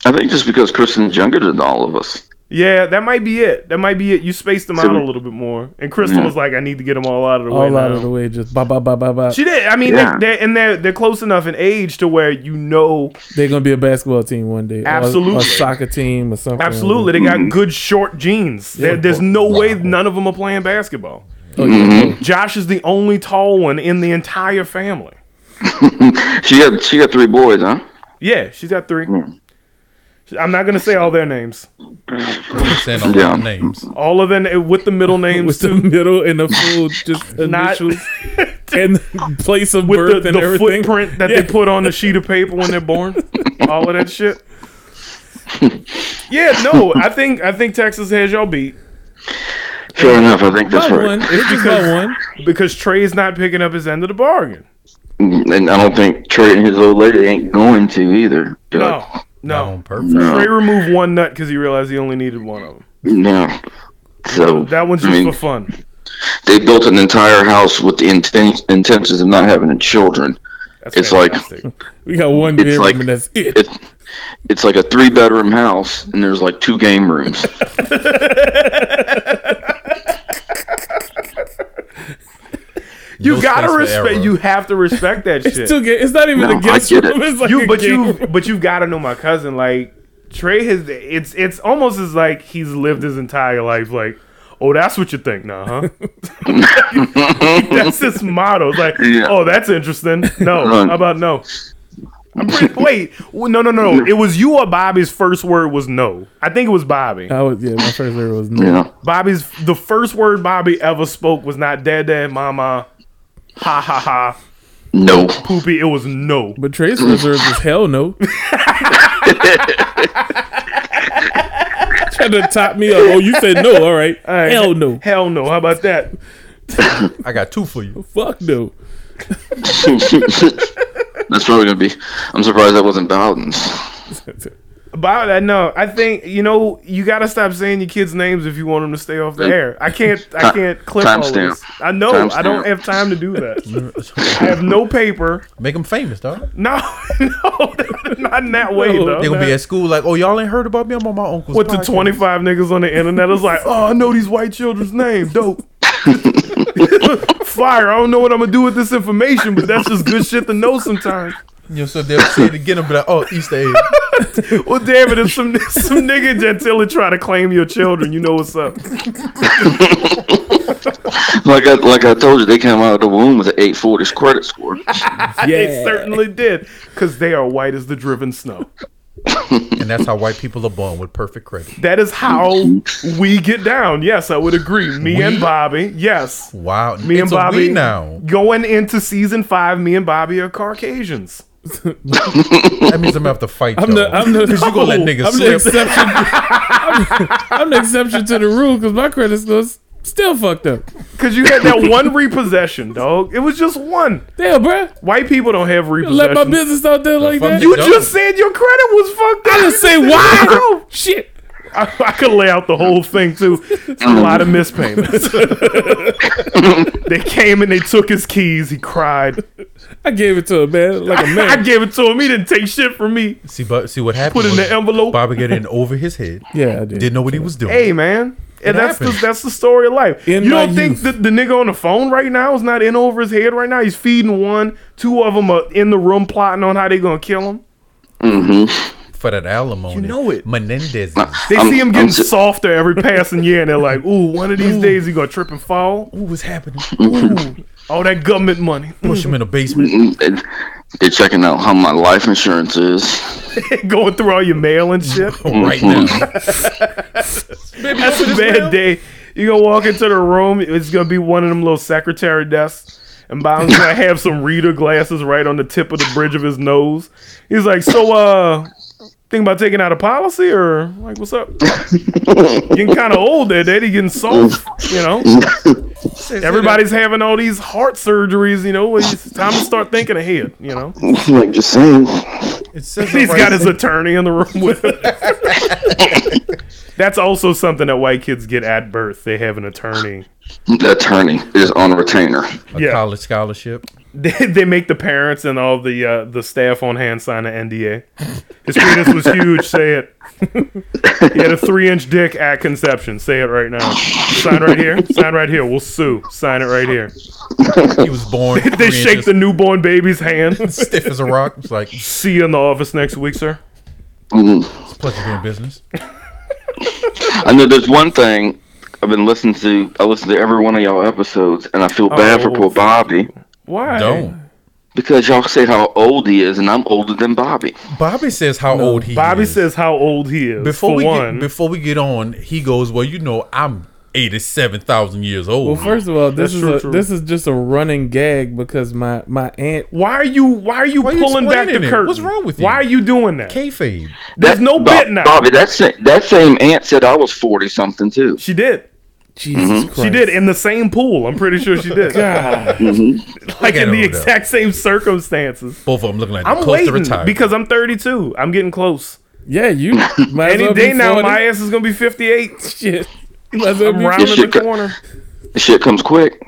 S8: I think just because Kristen's younger than all of us.
S1: Yeah, that might be it. That might be it. You spaced them
S8: So
S1: out
S8: we-
S1: a little bit more. And Kristen was like, I need to get them all out of the way.
S3: All out
S1: now."
S3: of the way, just ba ba ba ba ba.
S1: She did. I mean,
S8: Yeah.
S1: they're, they're, and they're they're close enough in age to where you know
S3: They're gonna be a basketball team one day. or- Or,
S1: Absolutely.
S3: a soccer team or something.
S1: absolutely they got good short jeans. There, there's no way none of them are playing basketball.
S3: Oh, yeah.
S8: Mm-hmm.
S1: Josh is the only tall one in the entire family.
S8: She got she got three boys, huh?
S1: Yeah, she's got three. I'm not gonna say all their names.
S2: Saying all
S8: Yeah.
S2: the names.
S1: All of them with the middle names
S3: With the
S1: too.
S3: middle and the full, just
S1: Not-
S3: initials and place of
S1: with
S3: birth
S1: the,
S3: and
S1: the
S3: everything.
S1: footprint that
S3: Yeah.
S1: they put on the sheet of paper when they're born. All of that shit. Yeah, no, I think I think Texas has y'all beat
S8: Fair enough. I think that's
S3: About one.
S8: right.
S3: It's just
S1: because-
S3: about one.
S1: because Trey's not picking up his end of the bargain.
S8: Mm, And I don't think Trey and his old lady ain't going to either.
S1: No,
S2: Not
S1: no.
S2: on purpose.
S1: Trey removed one nut because he realized he only needed one of them.
S8: No. So
S1: That one's
S8: I
S1: just
S8: mean,
S1: for fun.
S8: they built an entire house with the inten- intentions of not having children.
S1: That's
S8: It's like-
S1: fantastic.
S3: We got one bedroom
S8: like-
S3: and that's it.
S8: It, it's like a three bedroom house, and there's like two game rooms.
S1: you
S2: No
S1: gotta
S2: space for
S1: respect.
S2: error.
S1: You have to respect that shit.
S3: It's still get, It's not even
S8: No,
S3: a
S8: I
S3: guest
S8: get
S3: room.
S8: it.
S3: It's like a
S1: you but
S3: game
S1: you
S3: room.
S1: but you gotta know my cousin like trey has it's it's almost as like he's lived his entire life like oh that's what you think now huh that's his motto It's like
S8: Yeah.
S1: oh that's interesting no
S8: Right.
S1: how about no I'm pretty, wait w- no no no no. it was you or bobby's first word was no i think it was bobby
S3: I was, yeah, my first word was no.
S8: Yeah.
S1: bobby's the first word bobby ever spoke was not dad dad mama ha ha ha
S8: No.
S1: poopy it was no
S3: But Trey's first word was hell no. Trying to top me up. Oh, you said no. All right.
S1: right.
S3: Hell no.
S1: hell no how about that
S2: I got two for you.
S3: Fuck no.
S8: That's probably gonna be. I'm surprised that wasn't Bowden's.
S1: About that, no. I think you know you gotta stop saying your kids' names if you want them to stay off the air. I can't. I
S8: Mm. Ti-
S1: can't clip all
S8: timestamp.
S1: this. I know. I don't
S8: Timestamp.
S1: have time to do that. I have no paper.
S2: Make them famous, dog.
S1: No, no, not in that way
S3: No,
S1: though.
S2: They
S3: they
S2: gonna be at school like, oh y'all ain't heard about me. I'm on my uncle's.
S1: With the
S2: podcast."
S1: twenty five niggas on the internet, it's like, oh, I know these white children's name. Dope. Fire. I don't know what I'm gonna do with this information, but that's just good shit to know sometimes.
S2: You know, so they'll say it again and be like, oh Easter egg.
S1: Well, damn it, if some some nigga gentilly try to claim your children, you know what's up.
S8: Like I like I told you, they came out of the womb with an 840 credit score.
S1: They certainly did, because they are white as the driven snow.
S2: and that's how white people are born with perfect credit.
S1: That is how we get down. Yes, I would agree. Me and Bobby. Yes.
S2: Wow.
S1: Me and
S2: It's a
S1: Bobby
S2: we now.
S1: Going into season five, me and Bobby are Caucasians.
S2: That means I'm gonna have to fight.
S3: I'm the
S2: y'all.
S3: I'm the
S2: Cause you gonna let
S3: No,
S2: niggas
S3: I'm the
S2: slip.
S3: exception. I'm, I'm the exception to the rule because my credit score's still fucked up.
S1: Because you had that one repossession, dog. It was just one.
S3: Damn, bruh.
S1: White people don't have repossession.
S3: Let my business out there like
S2: fuck
S3: that.
S2: you.
S1: You just said your credit was fucked up.
S3: I
S1: You
S3: didn't say
S1: said
S3: why.
S1: no.
S3: Shit.
S1: I, I could lay out the whole thing too. It's a lot of missed payments. they came and they took his keys. He cried.
S3: I gave it to him, man, like a
S1: I
S3: man.
S1: gave it to him. He didn't take shit from me.
S2: See, but see what happened.
S1: Put it in
S2: was
S1: the envelope.
S2: Bobby got in over his head.
S3: Yeah, I did.
S2: Didn't know what he was doing.
S1: Hey, man. And that's the,
S2: happens.
S1: that's the story of life.
S3: In
S1: you
S3: my
S1: don't think
S3: youth.
S1: that the nigga on the phone right now is not in over his head right now? He's
S8: Mm-hmm.
S1: feeding one. Two of them are in the room plotting on how they gonna kill him.
S2: for that alimony.
S1: You know it.
S2: Menendez.
S1: They
S8: I'm-
S1: see him
S8: I'm
S1: getting
S8: just-
S1: softer every passing year, and they're like, "Ooh, one of these days he gonna trip and fall."
S2: Ooh, what's happening?
S1: Ooh, all that government money.
S2: Push him in the basement.
S8: They- They're checking out how my life insurance is.
S1: going through all your mail and shit.
S2: Oh, Right now,
S1: Mm-hmm. That's a bad day. You gonna walk into the room. It's gonna be one of them little secretary desks, and Bob's gonna have some reader glasses right on the tip of the bridge of his nose. He's like, "So, uh, think about taking out a policy, or like, what's up? Getting kind of old there, daddy. Getting soft, you know. Everybody's having all these heart surgeries. You know, it's time to start thinking ahead. You know,
S8: like just saying.
S2: it says it
S1: he's
S2: right
S1: got his attorney in the room with him. That's also something that white kids get at birth. They have an attorney.
S8: The attorney is on retainer.
S2: a
S1: yeah.
S2: college scholarship.
S1: they, they make the parents and all the uh, the staff on hand sign an NDA. His penis was huge. Say it. he had a three inch dick at conception. Say it right now. Sign right here. Sign right here. We'll sue. Sign it right here.
S2: He was born.
S1: They shake the newborn baby's hand.
S2: stiff as a rock. It's like it's
S1: See you in the office next week, sir.
S8: Mm.
S2: a pleasure doing business.
S8: I know there's one thing I've been listening to. I listen to every one of y'all episodes, and I feel bad for
S1: Oh.
S8: poor Bobby
S1: Why?
S2: Don't.
S8: because y'all say how old he is, and I'm older than Bobby.
S2: Bobby says how old he
S1: Bobby
S2: is.
S1: says how old he is.
S2: before
S1: for
S2: we
S1: one.
S2: get before we get on, he goes, "Well, you know, I'm eighty seven thousand years old."
S3: Well, first of all, this
S1: That's
S3: is
S1: true,
S3: a,
S1: true.
S3: this is just a running gag because my my aunt.
S1: why are you why are you
S2: Why are you
S1: pulling back the
S2: explaining it?
S1: curtain?
S2: What's wrong with you?
S1: Why are you doing that?
S2: kayfabe.
S1: There's
S8: That-
S1: no
S8: Bo-
S1: bit now.
S8: Bobby, that same, that same aunt said I was forty something too.
S1: She did.
S3: Jesus Christ,
S1: Mm-hmm. She did in the same pool. I'm pretty sure she did. like
S2: Look at
S1: in the
S2: him, though.
S1: exact same circumstances.
S2: Both of them looking like
S1: I'm
S2: they're close to
S1: waiting
S2: retirement.
S1: because I'm 32. I'm getting close.
S3: Yeah, you. Might as
S1: Any
S3: well be
S1: day now,
S3: 40.
S1: my ass is gonna be 58.
S3: shit. You might as well
S1: I'm
S3: be
S1: rounding the
S8: Shit.
S1: corner.
S8: This shit comes quick.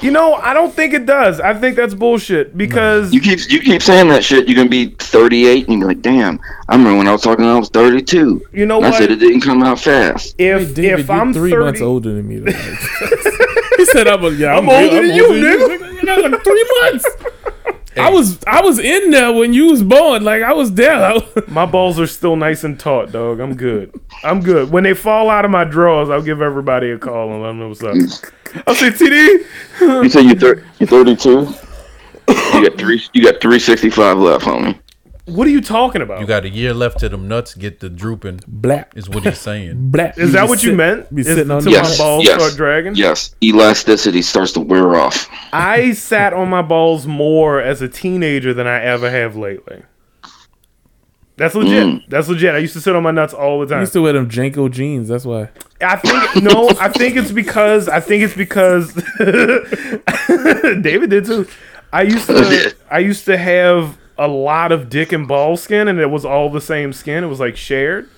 S1: You know, I don't think it does. I think that's bullshit because
S8: You keep you keep saying that shit. You're gonna be 38, and you're like, damn. I remember when I was talking, I was 32.
S1: You know
S8: and I
S1: what?
S8: said it didn't come out fast.
S3: Hey,
S1: if
S3: David,
S1: if
S3: you're
S1: I'm
S3: three
S1: 30,
S3: months older than me, though. he said, "I'm a, yeah,
S1: I'm older than you,
S3: nigga." That's like three months. I was I was in there when you was born. Like I was there. I was-
S1: my balls are still nice and taut, dog. I'm good. I'm good. When they fall out of my drawers, I'll give everybody a call and let them know what's up. I'll say, TD,
S8: You say you're thir- you're 32. You got three. You got 365 left, homie.
S1: what are you talking about?
S2: you got a year left to them nuts get the drooping.
S3: black,
S2: Is what he's saying.
S3: black.
S1: Is that what you meant?
S3: Be
S1: Is
S3: sitting on
S1: to
S3: the
S1: my
S8: Yes.
S1: balls
S8: yes.
S1: start dragging?
S8: Yes, elasticity starts to wear off.
S1: I sat on my balls more as a teenager than I ever have lately. That's legit. That's legit. I used to sit on my nuts all the
S3: I
S1: time.
S3: Mm. used to wear them Janko jeans. That's why.
S1: I think no. I think it's because I think it's because David did too. I used to I used to have a lot of dick and ball skin, and it was all the same skin. It was like shared.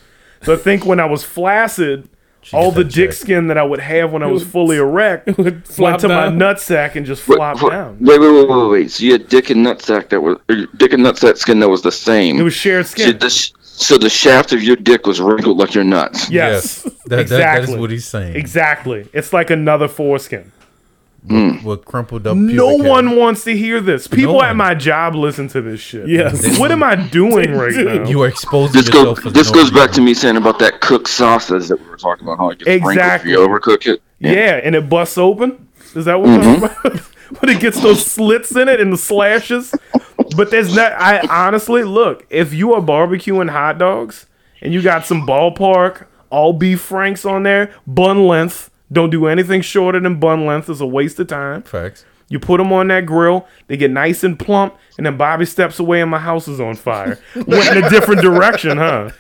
S1: So I think when I was flaccid, all the
S2: that
S1: dick
S2: check.
S1: skin that I would have when I was fully erect
S3: would
S1: went
S3: flop
S1: to my
S3: down.
S1: nutsack and just
S8: Wait,
S1: flopped
S8: wait,
S1: down.
S8: Wait, wait, wait, wait, wait. So you had dick and nutsack that was or dick and nutsack skin that was the same.
S1: It was shared
S8: so
S1: skin.
S8: the, sh- so the shaft of your dick was wrinkled like your nuts.
S1: Yes,
S2: that, that- that
S1: exactly.
S2: is what he's saying.
S1: Exactly. It's like another foreskin.
S2: What crumpled up.
S1: No
S2: pubic hair.
S1: one wants to hear this. People at
S2: one.
S1: my job listen to this shit.
S3: Yes.
S1: What am I doing right now?
S2: You are exposing
S8: This
S2: yourself.
S8: goes.
S2: for
S8: This
S2: no
S8: goes back to
S2: reason.
S8: me saying about that cooked sausage that we were talking about. How it gets
S1: Exactly.
S8: wrinkled if you overcook it.
S1: yeah. and it busts open. Is that what we're talking about? when it gets those slits in it and the slashes. But there's not. I honestly look. If you are barbecuing hot dogs and you got some ballpark all beef franks on there, bun length. Don't do anything shorter than bun length. It's a waste of time.
S2: Facts.
S1: You put them on that grill, they get nice and plump, and then Bobby steps away and my house is on fire. Went in a different direction, huh?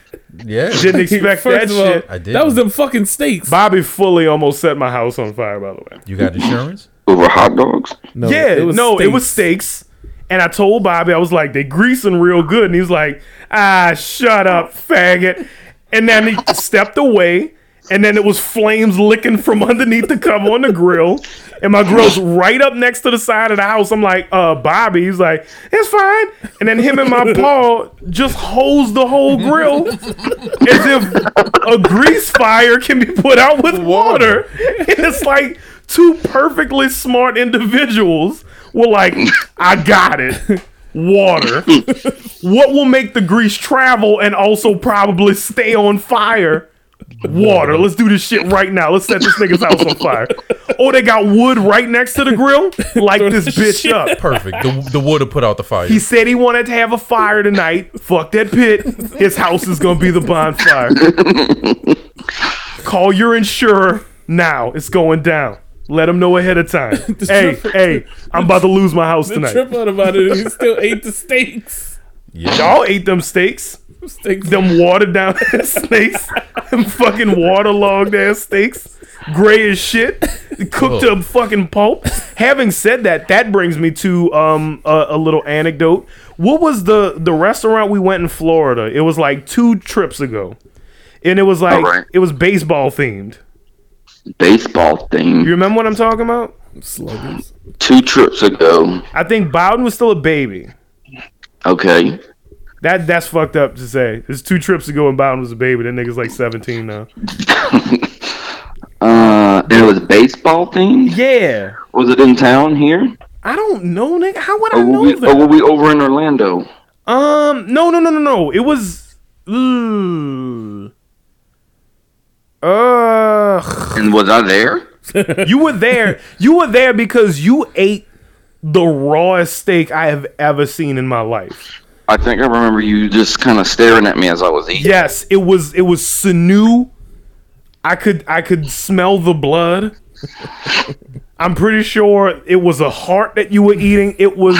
S2: Yeah.
S1: Didn't expect that
S3: First of all,
S1: shit.
S2: I did.
S3: that was them fucking steaks.
S1: Bobby fully almost set my house on fire, by the way.
S2: You got insurance?
S8: Over hot dogs.
S3: No,
S1: yeah, no, it was steaks. And I told Bobby, I was like, they greasing real good. And he was like, ah, shut up, faggot. And then he stepped away. And then it was flames licking from underneath the cover on the grill. And my grill's right up next to the side of the house. I'm like, uh, Bobby. He's like, it's fine. And then him and my paw just hose the whole grill as if a grease fire can be put out with water. And it's like two perfectly smart individuals were like, I got it. Water. What will make the grease travel and also probably stay on fire? Water. Let's do this shit right now. Let's set this nigga's house on fire. Oh, they got wood right next to the grill. Light this bitch up.
S2: Perfect. The, the water put out the fire.
S1: He said he wanted to have a fire tonight. Fuck that pit. His house is gonna be the bonfire. Call your insurer now. It's going down. Let him know ahead of time. hey, hey, I'm about to lose my house
S3: The
S1: tonight.
S3: trip out about it, and he still ate the steaks.
S1: Y'all ate them steaks,
S3: Steaks.
S1: them watered down steaks, them fucking waterlogged ass steaks, gray as shit, cooked to a fucking pulp. Having said that, that brings me to um a, a little anecdote. What was the the restaurant we went in Florida? It was like two trips ago, and it was like
S8: All right.
S1: it was baseball themed.
S8: Baseball
S1: You
S8: thing.
S1: remember what I'm talking about?
S3: Sluggers.
S8: Two trips ago.
S1: I think Bowden was still a baby.
S8: Okay.
S1: That that's fucked up to say. It's two trips ago and Bowden was a baby. That nigga's like 17 now.
S8: Uh, and it was baseball thing.
S1: Yeah.
S8: Was it in town here?
S1: I don't know, nigga. How would I
S8: Or
S1: know
S8: were, Oh, we, or
S1: that?
S8: were we over in Orlando?
S1: Um, no, no, no, no, no. It was. uh, Ooh. Ugh.
S8: And was I there?
S1: You were there. You were there because you ate the rawest steak I have ever seen in my life.
S8: I think I remember you just kind of staring at me as I was eating.
S1: Yes, it was. It was sinew. I could. I could smell the blood. I'm pretty sure it was a heart that you were eating. It was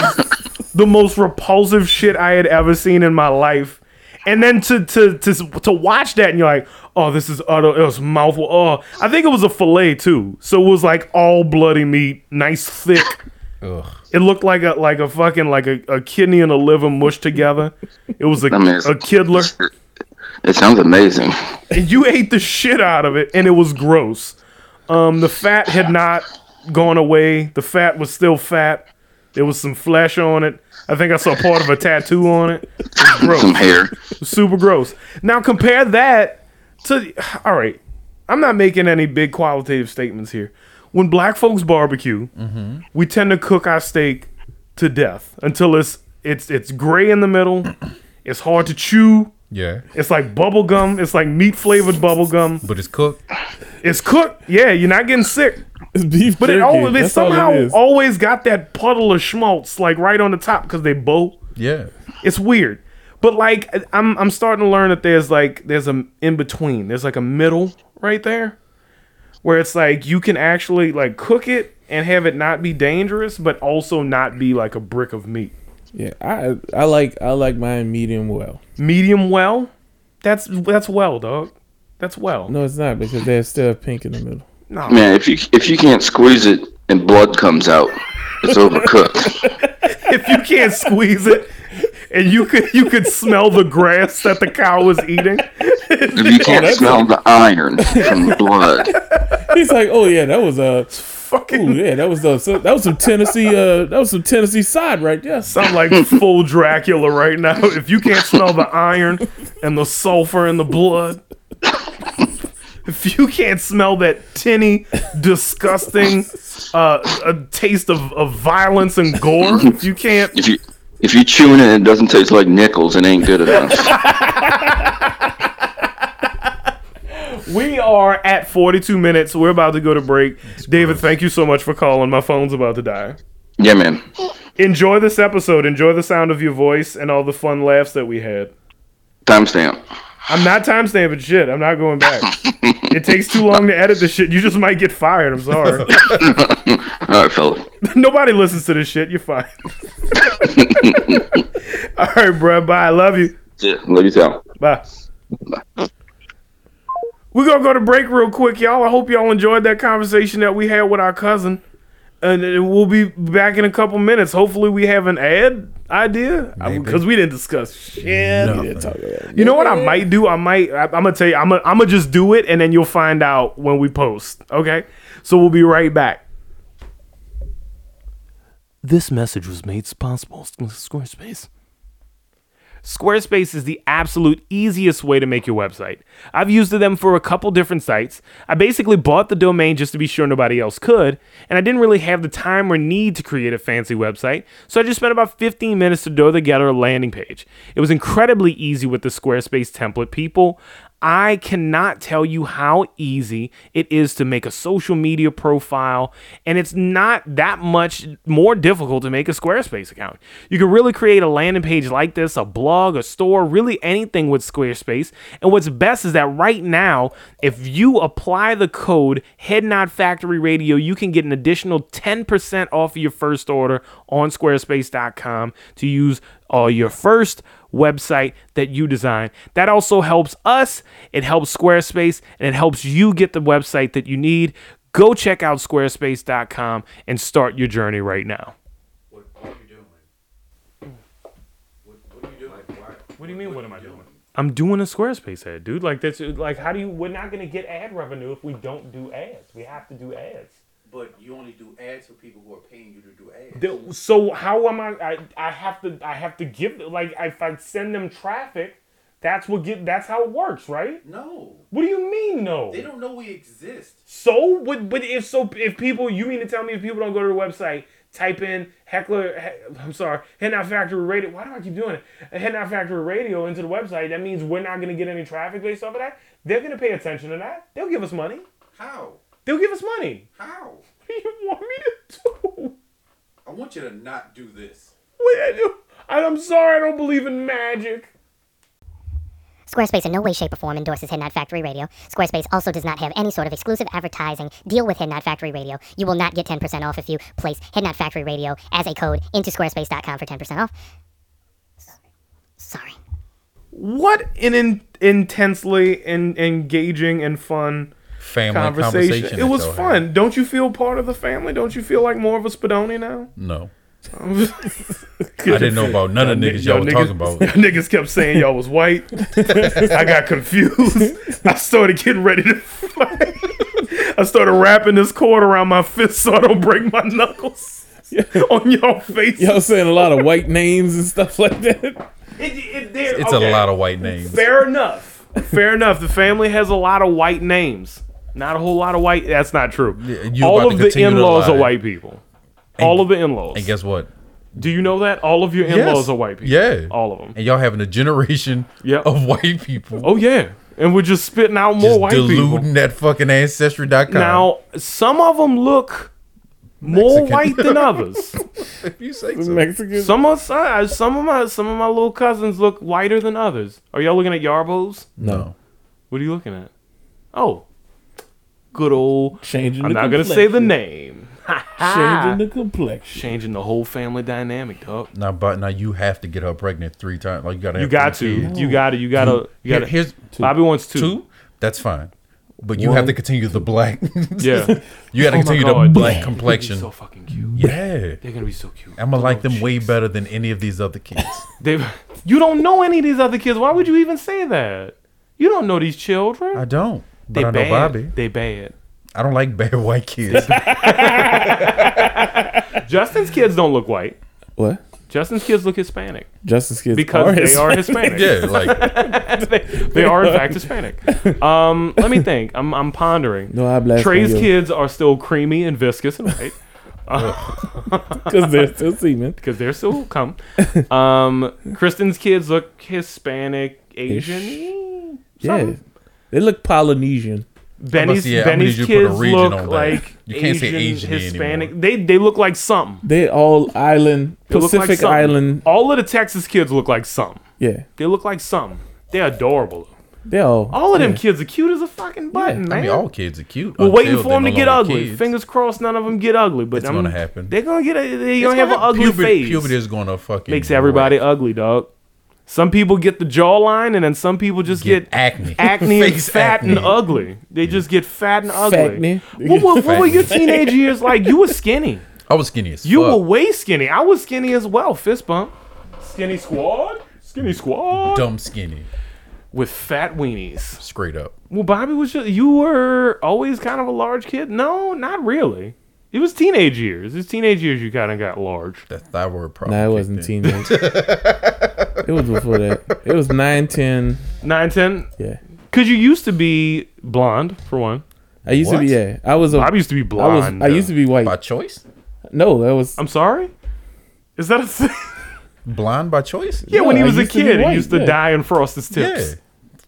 S1: the most repulsive shit I had ever seen in my life. And then to to to to watch that and you're like, oh, this is utter it was mouthful. Oh, I think it was a fillet too, so it was like all bloody meat, nice thick. It looked like a like a fucking like a, a kidney and a liver mushed together. It was a,
S8: I mean, it's-
S1: a kidler.
S8: It sounds amazing.
S1: And you ate the shit out of it, and it was gross. Um, the fat had not gone away. The fat was still fat. There was some flesh on it. I think I saw part of a tattoo on it. It was gross.
S8: Some hair.
S1: Super gross. Now compare that to all right. I'm not making any big qualitative statements here. When black folks barbecue, we tend to cook our steak to death until it's it's it's gray in the middle. It's hard to chew.
S2: yeah.
S1: It's like bubble gum. It's like meat flavored bubble gum.
S2: But it's cooked.
S1: It's cooked. Yeah, you're not getting sick.
S3: It's beef
S1: But it
S3: jerky.
S1: always it
S3: That's all
S1: somehow
S3: is.
S1: always got that puddle of schmaltz like right on the top because they bow.
S2: Yeah.
S1: It's weird. But like I'm I'm starting to learn that there's like there's a in between. There's like a middle right there where it's like you can actually like cook it and have it not be dangerous but also not be like a brick of meat.
S3: Yeah, I I like I like mine medium well.
S1: Medium well? That's that's well, dog. That's well.
S3: No, it's not because there's still pink in the middle.
S8: Man, if you if you can't squeeze it and blood comes out, it's overcooked.
S1: if you can't squeeze it and you could you could smell the grass that the cow was eating.
S8: if
S1: Oh,
S8: you can't smell the iron from the blood,
S3: He's like, oh yeah, that was a. Ooh,
S1: Fucking
S3: yeah, that was uh, so, that was some Tennessee uh that was some Tennessee side right there.
S1: I'm like full Dracula right now. If you can't smell the iron and the sulfur and the blood. If you can't smell that tinny, disgusting uh, a taste of, of violence and gore, if you can't
S8: if you if you chewing it and it doesn't taste like nickels, it ain't good enough.
S1: We are at 42 minutes. We're about to go to break. David, thank you so much for calling. My phone's about to die.
S8: yeah, man.
S1: Enjoy this episode. Enjoy the sound of your voice and all the fun laughs that we had.
S8: Timestamp.
S1: I'm not time stamping shit. I'm not going back. it takes too long to edit this shit. You just might get fired. I'm sorry.
S8: All right, fella.
S1: Nobody listens to this shit. You're fine. all right, bro. Bye. I love you.
S8: Yeah, love you, too.
S1: Bye. We're gonna go to break real quick, y'all. I hope y'all enjoyed that conversation that we had with our cousin. And uh, we'll be back in a couple minutes. Hopefully we have an ad idea. Because we didn't discuss shit. You know what I might do? I might I, I'm gonna tell you, I'm gonna, I'm gonna just do it and then you'll find out when we post. Okay? So we'll be right back. This message was made possible by Squarespace. Squarespace is the absolute easiest way to make your website. I've used them for a couple different sites. I basically bought the domain just to be sure nobody else could, and I didn't really have the time or need to create a fancy website, so I just spent about 15 minutes to do together a landing page. It was incredibly easy with the Squarespace template, people. I cannot tell you how easy it is to make a social media profile, and it's not that much more difficult to make a Squarespace account. You can really create a landing page like this, a blog, a store, really anything with Squarespace. And what's best is that right now, if you apply the code Head Nod Factory Radio, you can get an additional 10% off of your first order on squarespace.com to use uh, your first website that you design. That also helps us, it helps Squarespace, and it helps you get the website that you need. Go check out squarespace.com and start your journey right now. What do you mean? What am I doing? I'm doing a Squarespace ad, dude. Like that's like how do you? We're not gonna get ad revenue if we don't do ads. We have to do ads.
S2: But you only do ads for people who are paying you to do ads.
S1: The- so how am I, I i have to i have to give like if i send them traffic that's what get that's how it works right
S2: no,
S1: what do you mean no
S2: they don't know we exist.
S1: so what but if so if people you mean to tell me if people don't go to the website type in heckler he, i'm sorry head not factory radio why do i keep doing it head not factory radio into the website that means we're not going to get any traffic based off of that they're going to pay attention to that they'll give us money
S2: How?
S1: they'll give us money
S2: How?
S1: what do you want me to do
S2: I want you to not do this.
S1: What I do? I- I'm sorry, I don't believe in magic.
S9: Squarespace in no way, shape, or form endorses Hidden Not Factory Radio. Squarespace also does not have any sort of exclusive advertising deal with Hidden Not Factory Radio. You will not get 10% off if you place Hidden Not Factory Radio as a code into squarespace.com for 10% off. Sorry.
S10: What an in- intensely and engaging and fun
S2: Family
S10: conversation.
S2: conversation.
S10: It
S2: that
S10: was
S2: y'all had.
S10: fun. Don't you feel part of the family? Don't you feel like more of a Spadoni now?
S2: No. I didn't know about none of the niggas
S10: Yo,
S2: y'all were talking about.
S10: Niggas kept saying y'all was white. I got confused. I started getting ready to fight. I started wrapping this cord around my fist so I don't break my knuckles on y'all face.
S3: Y'all saying a lot of white names and stuff like that.
S2: It's a lot of white names.
S10: Fair enough.
S1: Fair enough. The family has a lot of white names. Not a whole lot of white. That's not true.
S2: you
S1: All
S2: about
S1: of
S2: to
S1: the
S2: continue to
S1: in-laws
S2: lie.
S1: are white people. All of the in-laws.
S2: And guess what?
S1: do you know that all of your
S2: Yes.
S1: in-laws are white people?
S2: Yeah.
S1: all of them.
S2: And y'all having a generation
S1: Yep.
S2: of white people
S1: Oh yeah, and we're just spitting out more
S2: just
S1: white
S2: diluting
S1: people.
S2: that fucking ancestry.com.
S1: Now, some of them look more white than others.
S2: if you say
S3: The
S2: so.
S3: Mexicans.
S1: Some of uh, some of my some of my little cousins look whiter than others. Are y'all looking at Yarbos?
S2: No.
S1: What are you looking at? Oh, good old.
S3: Changing
S1: I'm
S3: the
S1: not gonna say the name. Ah.
S3: Changing the complexion.
S1: Changing the whole family dynamic, dog.
S2: Now, but now you have to get her pregnant three times. Like you gotta.
S1: You
S2: have
S1: got to.
S2: three kids.
S1: You got to. You got to. You got to.
S2: Here- here's
S1: Bobby wants two.
S2: Two. That's fine. But you have to continue the black.
S1: Yeah.
S2: you got to
S1: Oh my
S2: continue the
S1: God. They're
S2: black
S1: gonna be
S2: complexion.
S1: so fucking cute.
S2: yeah.
S1: They're gonna be so cute.
S2: I'm gonna like them way better than any of these other kids.
S1: They, you don't know any of these other kids. Why would you even say that? You don't know these children.
S2: I don't. But
S1: they
S2: I know
S1: bad.
S2: Bobby.
S1: They bad.
S2: I don't like bad white kids.
S1: Justin's kids don't look white.
S3: What?
S1: Justin's kids look Hispanic
S3: Justice kids
S1: because
S3: are
S1: they
S3: his-
S1: are Hispanic.
S2: yeah, like
S1: they, they are in fact Hispanic. Um, let me think. I'm, I'm pondering.
S3: No, I blast
S1: Trey's
S3: on you.
S1: kids are still creamy and viscous and white
S3: because they're still semen.
S1: because they're still come. Um, Kristen's kids look Hispanic, Asian.
S3: Yeah, they look Polynesian.
S1: Benny's
S2: yeah, I'm gonna
S1: Benny's
S2: need you to put a
S1: kids
S2: region
S1: look
S2: on that.
S1: like
S2: You can't say
S1: Asian,
S2: Asian anymore.
S1: Hispanic. They they look like something.
S3: They all island
S1: They look like
S3: Pacific
S1: something.
S3: Island.
S1: All of the Texas kids look like something.
S3: Yeah,
S1: They look like something. They're adorable.
S3: they all.
S1: All of them kids are cute as a fucking button, man.
S2: I mean, all kids are cute.
S1: We're waiting
S2: until
S1: for them
S2: they're
S1: to
S2: no
S1: get
S2: longer
S1: ugly.
S2: kids.
S1: Fingers crossed, none of them get ugly. But
S2: It's
S1: I'm-
S2: gonna happen.
S1: They're gonna get. A, they're
S2: It's
S1: gonna have an
S2: gonna-
S1: ugly
S2: puberty,
S1: face.
S2: Puberty is gonna fucking
S1: Makes everybody
S2: wreck.
S1: ugly, dog. Some people get the jawline, and then some people just
S2: get
S1: get,
S2: acne,
S1: acne, and
S2: Face
S1: fat and
S2: acne.
S1: ugly. They just get fat and ugly.
S3: Factney.
S1: What, were- what were your
S2: Factney.
S1: teenage years like? You were skinny.
S2: I was skinny as
S1: You
S2: fuck.
S1: were way skinny. I was skinny as well. Fist bump. Skinny squad. Skinny squad.
S2: dumb skinny,
S1: With fat weenies.
S2: straight up.
S1: Well, Bobby was just you were always kind of a large kid. No, not really. It was teenage years. It's teenage years you kind of got large.
S2: That thyroid problem.
S3: Nah, it
S2: kicked
S3: wasn't
S2: in.
S3: teenage. it It was before that. It was nine ten.
S1: Nine ten.
S3: Yeah.
S1: Cause you used to be blonde for one.
S3: I used to be yeah. I was. A,
S1: Bob used to be
S3: I was-
S1: blonde.
S3: I used to be white.
S2: by choice.
S3: No, that was.
S1: I'm sorry. Is that a thing?
S2: Blind by choice.
S1: Yeah, when he
S3: I
S1: was a
S3: used to be
S1: kid,
S3: white,
S1: he used to
S3: yeah.
S1: dye and frost his
S2: Yeah.
S1: tips.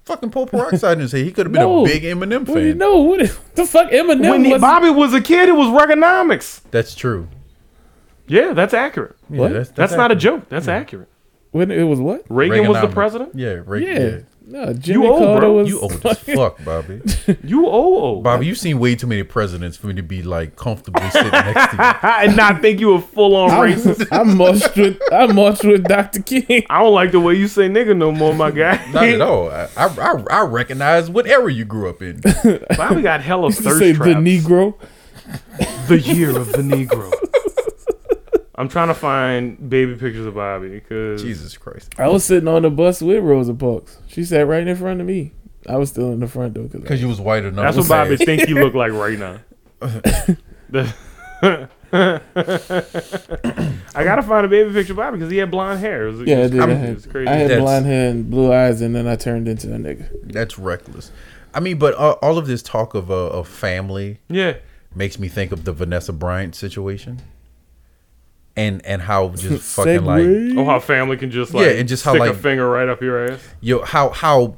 S2: Fucking pull peroxide and say he could have been
S3: No.
S2: a big Eminem
S3: What do you
S2: fan.
S3: know? What is- the fuck? Eminem
S1: When he-
S3: was.
S1: Bobby was a kid, it was Reaganomics.
S2: That's true.
S1: Yeah, that's accurate.
S2: Yeah,
S3: What?
S1: That's, not a
S2: accurate.
S1: joke. That's accurate.
S3: when it was what?
S1: Reagan, was the
S2: Reaganomics.
S1: president.
S2: Yeah, Reagan.
S3: Yeah.
S2: Yeah.
S3: No, Jimmy
S1: old,
S3: Carter
S1: bro.
S3: was.
S2: You old as fuck, Bobby.
S1: You old,
S2: Bobby, you've seen way too many presidents for me to be like comfortably sitting next to you.
S1: and not think you a full on racist.
S3: I, I marched with. I marched with Dr. King.
S1: I don't like the way you say nigga no more, my guy.
S2: Not at all. I, I, I- I recognize what era you grew up in.
S1: Bobby got hella
S3: To
S1: thirst
S3: say
S1: traps.
S3: the Negro.
S1: The year of the Negro. I'm trying to find baby pictures of Bobby because
S2: Jesus Christ.
S3: I was sitting on the bus with Rosa Parks. She sat right in front of me. I was still in the front door because
S2: Because you was white enough.
S1: that's what Bobby think he look like right now. The- I gotta find a baby picture of Bobby because he had blonde hair. It was,
S3: yeah, I
S1: it
S3: did.
S1: was
S3: I
S1: crazy. It was
S3: had,
S1: crazy.
S3: I had
S2: That's-
S3: blonde hair and blue eyes, and then I turned into a nigga.
S2: That's reckless. I mean, but uh, all of this talk of, uh, of family
S1: yeah,
S2: makes me think of the Vanessa Bryant situation. And and how just fucking like
S1: oh how family can just like
S2: Yeah, and just how,
S1: stick a
S2: like-
S1: finger right up your ass.
S2: yo how how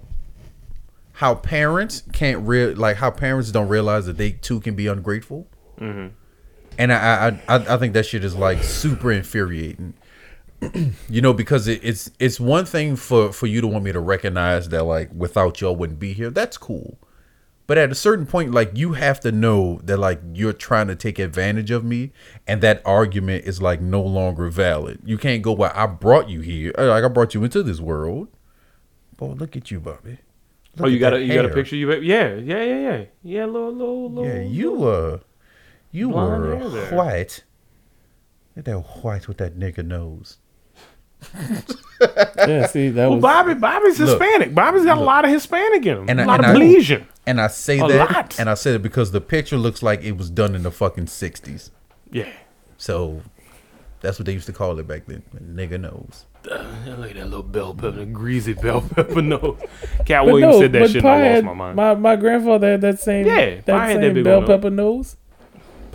S2: how parents can't real like how parents don't realize that they too can be ungrateful and I, I I I think that shit is like super infuriating you know because it, it's it's one thing for for you to want me to recognize that like without y'all wouldn't be here that's cool but at a certain point like you have to know that like you're trying to take advantage of me and that argument is like no longer valid you can't go well i brought you here Uh, like i brought you into this world boy look at you bobby
S1: oh,
S2: Look
S1: you
S2: at
S1: got a
S2: that
S1: you got a
S2: hair.
S1: picture of you? ba- Yeah, yeah, yeah, yeah, yeah. Little, little, little.
S2: yeah
S1: little-
S2: you uh you
S1: Oh, Blonde
S2: were
S1: hair there.
S2: white look at that white with that nigga nose
S3: Yeah, see that
S1: Well,
S3: was.
S1: Bobby, Bobby's Hispanic. Bobby's got a lot of Hispanic in him.
S2: And
S1: a
S2: I-
S1: lot
S2: and
S1: of
S2: I-
S1: Belizean.
S2: And I say
S1: A
S2: that,
S1: lot.
S2: and I said it because the picture looks like it was done in the fucking sixties.
S1: Yeah.
S2: So that's what they used to call it back then. Nigga knows.
S1: I like that little bell pepper, that greasy bell pepper nose. Cat
S3: But
S1: Williams
S3: no,
S1: said that
S3: but
S1: shit and
S3: Pi
S1: I
S3: had-
S1: lost my mind.
S3: My, my grandfather had that same
S1: Yeah, Pi
S3: that
S1: had that
S3: same
S1: big
S3: bell
S1: old nose.
S3: pepper nose.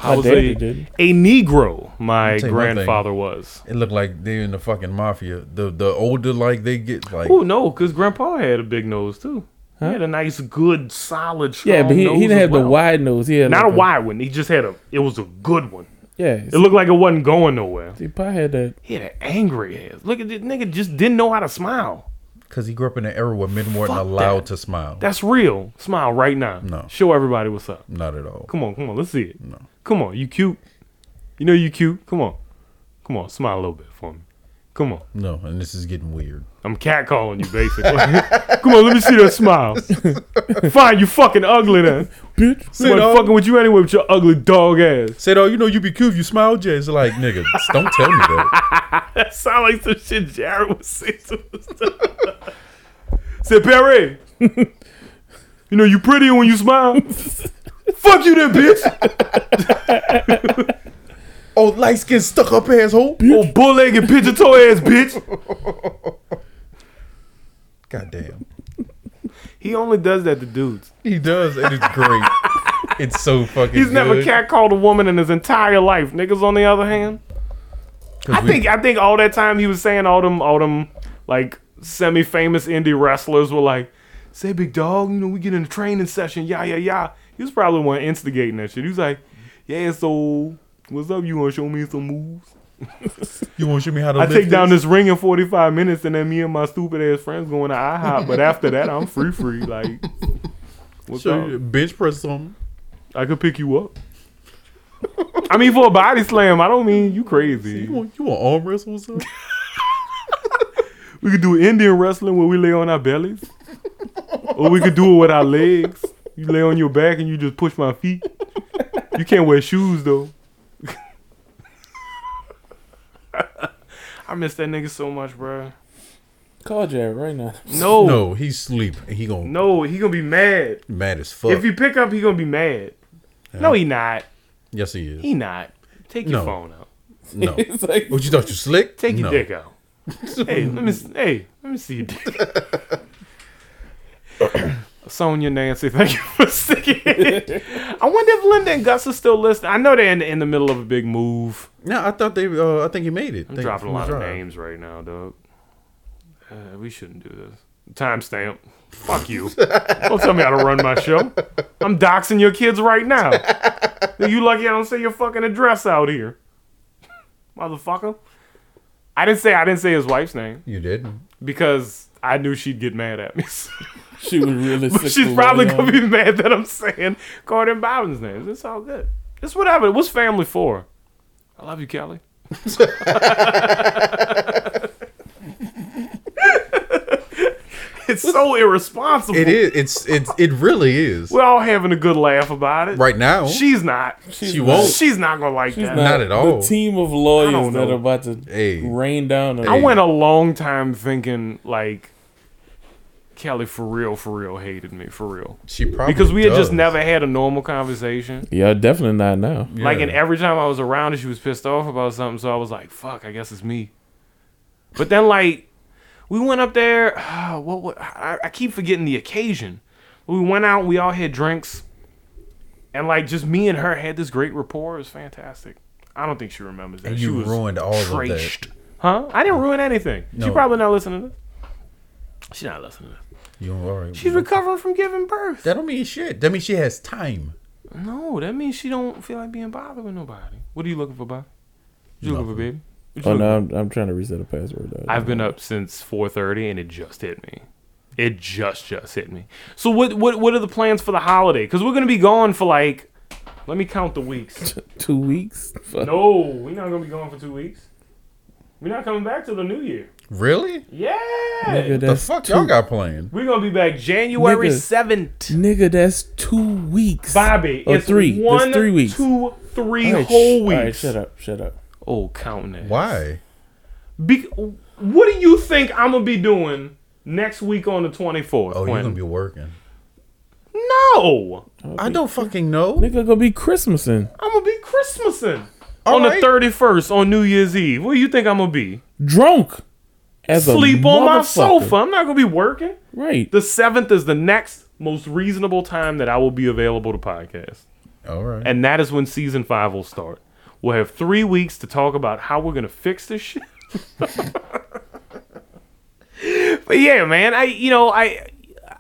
S1: I was
S3: daddy
S1: a,
S3: didn't.
S1: a Negro, my
S2: tell you one thing.
S1: grandfather was.
S2: It looked like they in the fucking mafia. The the older like they get, like
S1: Oh, no, because Grandpa had a big nose, too. He had a nice, good, solid, strong
S3: Yeah, but he,
S1: nose
S3: he didn't
S1: as
S3: have
S1: well.
S3: the wide nose. He had
S1: Not a
S3: like
S1: wide one. He just had a, it was a good one.
S3: Yeah,
S1: It looked like it wasn't going nowhere.
S3: see, Pi had that.
S1: He had an angry head. Look at this nigga just didn't know how to smile.
S2: because he grew up in an era where men weren't
S1: Fuck
S2: allowed
S1: that.
S2: to smile.
S1: That's real. Smile right now.
S2: No.
S1: Show everybody what's up.
S2: Not at all.
S1: Come on, come on, let's see it. Come on, you cute. You know you cute. Come on. Come on, smile a little bit for me. Come on.
S2: No, and this is getting weird.
S1: I'm catcalling you basically. come on, let me see that smile. Fine, you fucking ugly then.
S3: Bitch,
S1: Sit
S2: up.
S1: fucking with you anyway with your ugly dog ass.
S2: Said, oh, you know you be cool if you smile, Jay. It's like nigga, just don't tell me that.
S1: That sound like some shit Jared would say to us. Say Perry. you know you prettier when you smile. Fuck you then, bitch.
S2: Oh, light skin stuck up asshole.
S1: Old bull-legged pigeon toe ass bitch.
S2: Goddamn.
S1: He only does that to dudes.
S2: He does, and it's great. it's so fucking.
S1: He's never
S2: good.
S1: catcalled a woman in his entire life. Niggas, on the other hand,
S2: 'Cause
S1: I
S2: we-
S1: think I think all that time he was saying all them all them like semi-famous indie wrestlers were like, "Say big dog, you know we get in a training session, yeah yeah yeah." He was probably the one instigating that shit. He was like, "Yeah, so what's up? You wanna show me some moves?"
S2: You want to show me how to?
S1: I
S2: lift
S1: take down this ring in 45 minutes, and then me and my stupid ass friends going to IHOP. But after that, I'm free free. Like, what's
S2: So
S1: up?
S2: you bench press something.
S1: I could pick you up. I mean, for a body slam, I don't mean you crazy.
S2: You want you want arm wrestle or something?
S1: We could do Indian wrestling where we lay on our bellies, or we could do it with our legs. You lay on your back and you just push my feet. You can't wear shoes though. I miss that nigga so much, bruh.
S3: Call Jared right now.
S1: No, no,
S2: No, he's sleep. He gonna
S1: he gonna be mad.
S2: mad as fuck.
S1: If you pick up, he gonna be mad. No, he not.
S2: yes, he is.
S1: He not. Take your
S2: No.
S1: phone out.
S2: no.
S3: It's like
S2: What you thought you slick?
S1: Take your
S2: no.
S1: dick out. hey, let me s- hey, let me see you. Sonia Nancy, thank you for sticking it. I wonder if Linda and Gus are still listening. I know they're in the, in the middle of a big move.
S2: No, I thought they. Uh, I think he made it.
S1: I'm
S2: Thank you
S1: dropping a
S2: for
S1: lot
S2: the
S1: of
S2: drive.
S1: names right now, dog. Uh, we shouldn't do this. Timestamp. Fuck you. don't tell me how to run my show. I'm doxing your kids right now. you lucky I don't say your fucking address out here, motherfucker. I didn't say I didn't say his wife's name
S2: You didn't.
S1: because I knew she'd get mad at me.
S3: She was really
S1: But
S3: sick
S1: she's
S3: for
S1: probably
S3: one
S1: gonna
S3: night.
S1: be mad that I'm saying Gordon Bowen's name. It's all good. It's whatever. What's family for? I love you, Kelly. it's so irresponsible.
S2: It is. It's. It's. It really is.
S1: We're all having a good laugh about it.
S2: Right now.
S1: She's not.
S2: She's She won't. not.
S1: She's not gonna like that.
S2: Not at all.
S3: The team of
S1: I don't
S3: lawyers that
S1: know.
S3: are about to
S2: Hey.
S3: rain down. on
S1: I
S3: you.
S1: went a long time thinking like Kelly for real, for real hated me for real.
S2: She probably
S1: because we had just
S2: does.
S1: never had a normal conversation.
S3: Yeah, definitely not now.
S1: Like, and every time I was around her, she was pissed off about something. So I was like, "Fuck, I guess it's me." But then, like, we went up there. what? what I, I keep forgetting the occasion. We went out. We all had drinks, and like, just me and her had this great rapport. It was fantastic. I don't think she remembers that.
S2: And
S1: she
S2: you
S1: was
S2: ruined all of that.
S1: trashed. Huh? I didn't ruin anything. She
S2: No.
S1: probably not listening to this. She's not listening to this.
S2: You all right?
S1: She's recovering from giving birth.
S2: that don't mean shit. That means she has time.
S1: No, that means she don't feel like being bothered with nobody. What are you looking for, Bob? What you looking for, baby? What you
S3: Oh
S1: looking
S3: no, I'm, I'm trying to reset a password. though.
S1: I've been up since 4:30 and it just hit me. It just just hit me. So what what what are the plans for the holiday? Cuz we're going to be gone for like let me count the weeks.
S3: two weeks. Fuck.
S1: no, we're not going to be gone for 2 weeks. We're not coming back till the new year.
S2: Really?
S1: Yeah.
S3: Nigga,
S2: The
S3: that's
S2: fuck
S3: two,
S2: y'all got playing?
S1: We're going to be back January
S3: Nigga.
S1: 7th.
S3: Nigga, that's two weeks.
S1: Bobby,
S3: Or
S1: it's
S3: oh, three. That's
S1: one,
S3: three weeks.
S1: two, three
S3: All right, sh-
S1: whole
S3: all right,
S1: weeks.
S3: shut up. Shut up.
S1: Oh, counting that.
S2: Why?
S1: Be- what do you think I'm gonna be doing next week on the 24th?
S2: Oh, you're
S1: Quentin?
S2: gonna be working.
S1: no,
S2: I don't fucking know.
S3: Nigga, gonna be Christmasing,
S1: I'm gonna be Christmasing on
S2: right.
S1: the 31st on New Year's Eve. Where you think I'm gonna be?
S3: drunk, as a
S1: Sleep on my
S3: motherfucker.
S1: sofa. I'm not gonna be working.
S3: Right.
S1: The seventh is the next most reasonable time that I will be available to podcast,
S2: All right.
S1: and that is when season five will start. We'll have three weeks to talk about how we're gonna fix this shit. but yeah, man, I you know I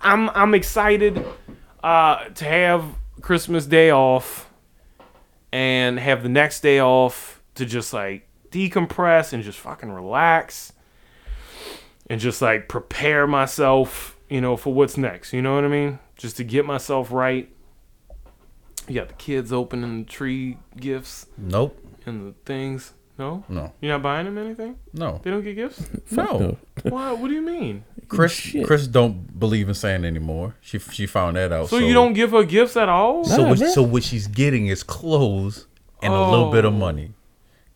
S1: I'm I'm excited uh, to have Christmas Day off and have the next day off to just like decompress and just fucking relax and just like prepare myself, you know, for what's next. You know what I mean? Just to get myself right. You got the kids opening the tree gifts
S2: nope.
S1: and the things. No,
S2: No.
S1: you're not buying them anything.
S2: No.
S1: They don't get gifts.
S2: No.
S1: Why? What do you mean?
S2: Chris.
S3: Shit.
S2: Chris don't believe in Santa anymore. She she found that out.
S1: So, you don't give her gifts at all?
S2: So
S3: Nah,
S2: what,
S3: man.
S2: so what she's getting is clothes and a little bit of
S1: Oh.
S2: money.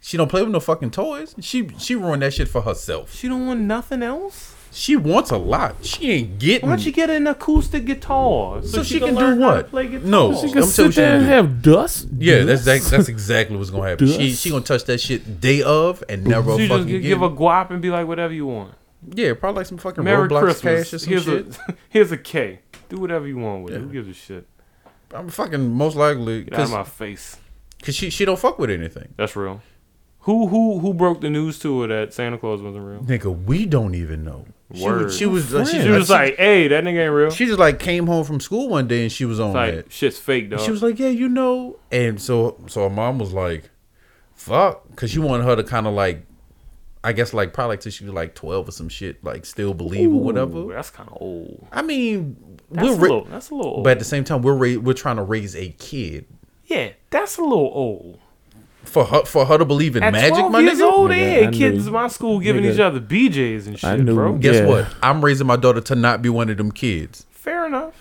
S2: She don't play with no fucking toys. She she ruined that shit for herself.
S1: She don't want nothing else.
S2: She wants a lot. She ain't getting.
S1: Why don't you get an acoustic guitar
S2: so she, can, do
S1: learn how to
S2: what?
S1: play guitar?
S2: No,
S3: She can
S2: Oh, I'm telling
S3: sit
S2: you
S3: there and
S2: what she can do.
S3: have dust.
S2: Yeah, that's that, that's exactly what's gonna happen. She
S3: Dust.
S2: she gonna touch that shit day of and never
S1: So you just
S2: fucking
S1: gi-
S2: get
S1: give a
S2: it.
S1: guap and be like whatever you want.
S2: yeah, probably like some fucking
S1: Merry
S2: Roblox
S1: Christmas.
S2: cash or some
S1: here's
S2: shit.
S1: a here's a K. Do whatever you want with it. Who gives a shit?
S2: i I'm fucking most likely
S1: Get out of
S2: because
S1: my face.
S2: she she don't fuck with anything.
S1: That's real. Who who who broke the news to her that Santa Claus wasn't real?
S2: Nigga, we don't even know. She
S1: Word.
S2: was she was, uh, she,
S1: She was like, "Hey, that nigga ain't real."
S2: she just like came home from school one day and she was on
S1: like,
S2: that.
S1: shit's fake, dog.
S2: She was like, "Yeah, you know." And so, so her mom was like, "Fuck," because she wanted her to kind of like, I guess like probably till she was like twelve or some shit, like still believe or
S1: Ooh,
S2: whatever.
S1: that's kind of old.
S2: I mean,
S1: That's
S2: we're
S1: a
S2: ra-
S1: little. That's a little. Old.
S2: but at the same time, we're ra- we're trying to raise a kid
S1: yeah, that's a little old.
S2: for her for her to believe in
S1: At
S2: magic.
S1: 12
S2: My
S1: years
S2: nigga.
S1: old,
S3: Nigga,
S1: they
S3: I
S1: had kids
S3: knew-
S1: in my school giving
S3: nigga,
S1: each other BJs and shit,
S3: knew-
S1: bro.
S2: Guess
S3: Yeah.
S2: what? I'm raising my daughter to not be one of them kids.
S1: Fair enough.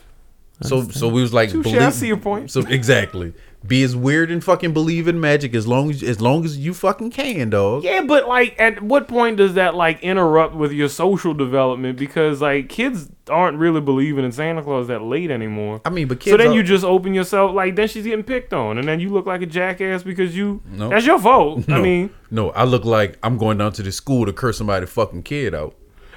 S2: So so we was like,
S1: Touche, I see your point.
S2: So exactly, be as weird and fucking believe in magic as long as as long as you fucking can, dog.
S1: Yeah, but like, at what point does that like interrupt with your social development? Because like, kids aren't really believing in Santa Claus that late anymore.
S2: I mean, but
S1: so
S2: kids
S1: then
S2: are-
S1: you just open yourself like then she's getting picked on, and then you look like a jackass because you
S2: No.
S1: that's your fault. I
S2: No.
S1: mean,
S2: no, I look like I'm going down to the school to curse somebody fucking kid out.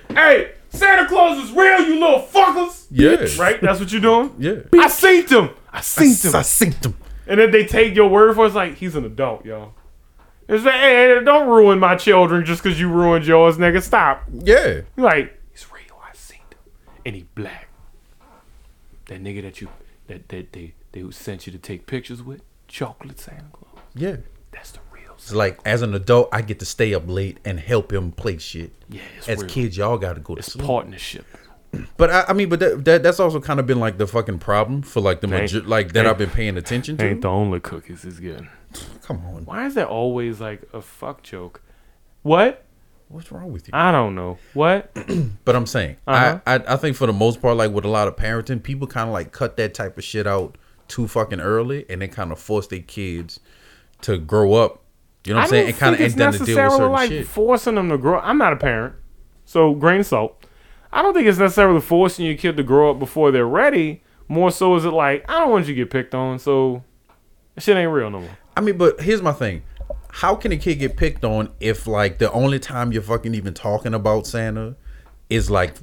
S1: hey, Santa Claus is real, you little fuckers.
S2: Yeah.
S1: right. That's what you're doing.
S2: Yeah.
S1: I seen them. I seen them.
S2: I synced them.
S1: And then they take your word for it. It's like, he's an adult, y'all. It's like, hey, hey, don't ruin my children just because you ruined yours, nigga. Stop.
S2: Yeah.
S1: You're like, he's real. Oh, I seen him. And he black. That nigga that you, that, that they, they sent you to take pictures with, chocolate Santa Claus.
S2: Yeah.
S1: That's the real
S2: It's like as an adult, I get to stay up late and help him play shit.
S1: Yeah, it's
S2: as
S1: real.
S2: kids, y'all got to go to
S1: It's
S2: sleep.
S1: partnership.
S2: But I, I mean, but that, that that's also kind of been like the fucking problem for like the major, like that I've been paying attention to.
S1: Ain't the only cookies is good.
S2: Come on,
S1: Why is that always like a fuck joke? What?
S2: what's wrong with you?
S1: I don't know. What?
S2: But I'm saying, I, I I think for the most part, like with a lot of parenting, people kind of like cut that type of shit out too fucking early, and they kind of force their kids to grow up. You know what I'm saying? And kind of ain't done to deal with certain
S1: like
S2: shit.
S1: forcing them to grow. I'm not a parent, so grain of salt. I don't think it's necessarily forcing your kid to grow up before they're ready. More so is it like I don't want you to get picked on, so that shit ain't real no more.
S2: I mean, but here's my thing. How can a kid get picked on if like the only time you're fucking even talking about Santa is like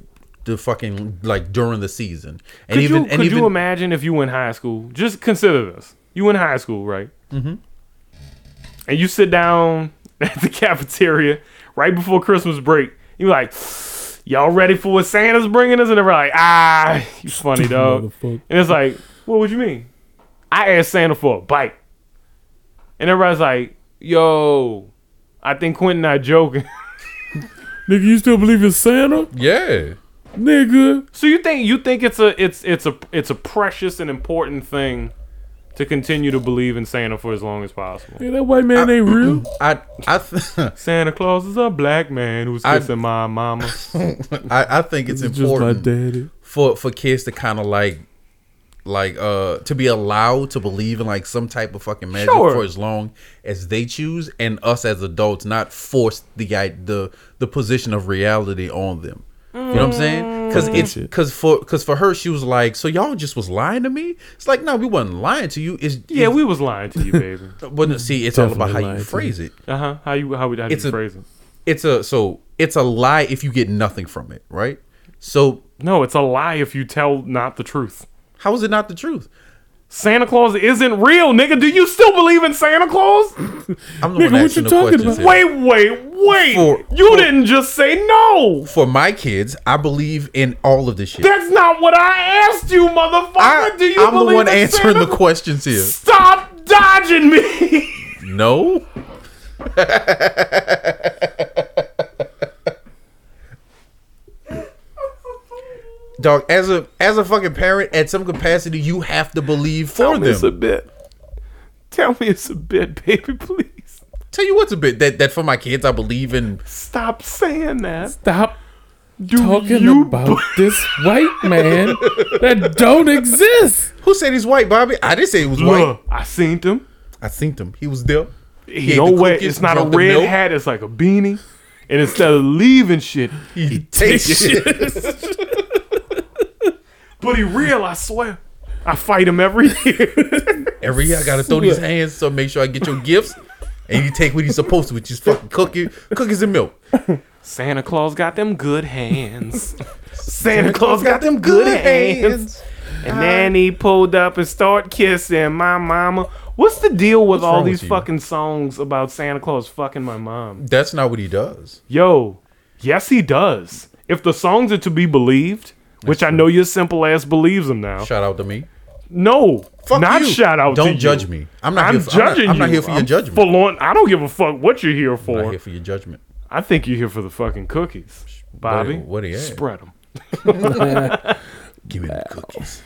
S2: the fucking like during the season? And
S1: Could
S2: even
S1: you
S2: and
S1: could
S2: even
S1: you imagine if you in high school? Just consider this: you in high school, right?
S2: Mhm.
S1: And you sit down at the cafeteria right before Christmas break. You like, y'all ready for what Santa's bringing us? And they're like, ah, you funny dog.
S3: Motherfucker.
S1: and it's like, what would you mean? I asked Santa for a bike, and everybody's like, yo, I think Quentin not joking.
S3: Nigga, you still believe in Santa?
S2: Yeah.
S3: Nigga.
S1: So you think you think it's a it's it's a it's a precious and important thing to continue to believe in Santa for as long as possible.
S3: Hey, that white man ain't real.
S2: I I th-
S1: Santa Claus is a black man who's
S2: I-
S1: kissing my mama.
S2: I, I think it's
S3: It's just my
S2: important
S3: daddy.
S2: for for kids to kind of like like uh to be allowed to believe in like some type of fucking magic
S1: Sure.
S2: for as long as they choose and us as adults not force the i- the the position of reality on them you know what i'm
S3: Mm.
S2: saying because it's
S3: Bullshit.
S2: because for because for her she was like so y'all just was lying to me it's like no we wasn't lying to you it's
S1: Yeah, we was lying to you, baby.
S2: but see it's all about
S3: Definitely
S2: how
S3: lied
S2: you
S3: to
S2: phrase it
S1: Uh huh. How you how would how do
S2: It's
S1: you
S2: a-
S1: phrase it?
S2: it's a so it's a lie if you get nothing from it right so
S1: No, it's a lie if you tell not the truth.
S2: how is it not the truth
S1: Santa Claus isn't real, nigga. Do you still believe in Santa Claus?
S2: i'm the
S3: Nigga,
S2: one
S3: what
S2: asking
S3: you
S2: the
S3: talking
S2: questions
S3: about?
S2: here.
S1: Wait, wait, wait.
S2: For-
S1: you
S2: for-
S1: didn't just say no.
S2: for my kids, I believe in all of this shit.
S1: That's not what I asked you, motherfucker.
S2: I,
S1: do you
S2: I'm the
S1: believe
S2: one
S1: in
S2: answering
S1: Santa
S2: the questions here.
S1: Stop dodging me.
S2: No. Dog, as a as a fucking parent, at some capacity, you have to believe for
S1: Tell me it's a
S2: them.
S1: bit. Tell me it's a bit, baby, please.
S2: Tell you what's a bit that that for my kids, I believe in.
S1: Stop saying that.
S3: Stop
S1: Do
S3: talking
S1: you
S3: about this white man that don't exist.
S2: Who said he's white, Bobby? I didn't say he was white.
S1: Look, I seen them.
S2: I seen him. He was there. He ate
S1: no
S2: the
S1: way.
S2: cookies,
S1: It's not a
S2: drunk the
S1: red
S2: milk.
S1: hat. It's like a beanie. And instead of leaving shit,
S2: He, tastes shit.
S1: but he real. I swear, I fight him every year.
S2: Every year I gotta throw these hands so make sure I get your gifts. And you take what he's supposed to, which is fucking cookie, cookies and milk.
S1: Santa Claus got them good hands. Santa Claus got them good hands. And then he pulled up and start kissing my mama. What's the deal with all
S2: wrong
S1: these
S2: with you?
S1: fucking songs about Santa Claus fucking my mom?
S2: That's not what he does.
S1: Yo, yes he does. If the songs are to be believed, which I know your simple ass believes them now.
S2: Shout out to me.
S1: no,
S2: Fuck
S1: not
S2: you.
S1: shout out.
S2: Don't
S1: to
S2: judge
S1: you.
S2: me. I'm not
S1: I'm
S2: here for- I'm not-
S1: judging
S2: I'm not
S1: you.
S2: here for your
S1: I'm
S2: judgment.
S1: Full on, I don't give a fuck what you're here
S2: I'm
S1: for.
S2: not here for your judgment.
S1: I think you're here for the fucking cookies, Bobby.
S2: what he had.
S1: Spread them.
S2: Give me the cookies.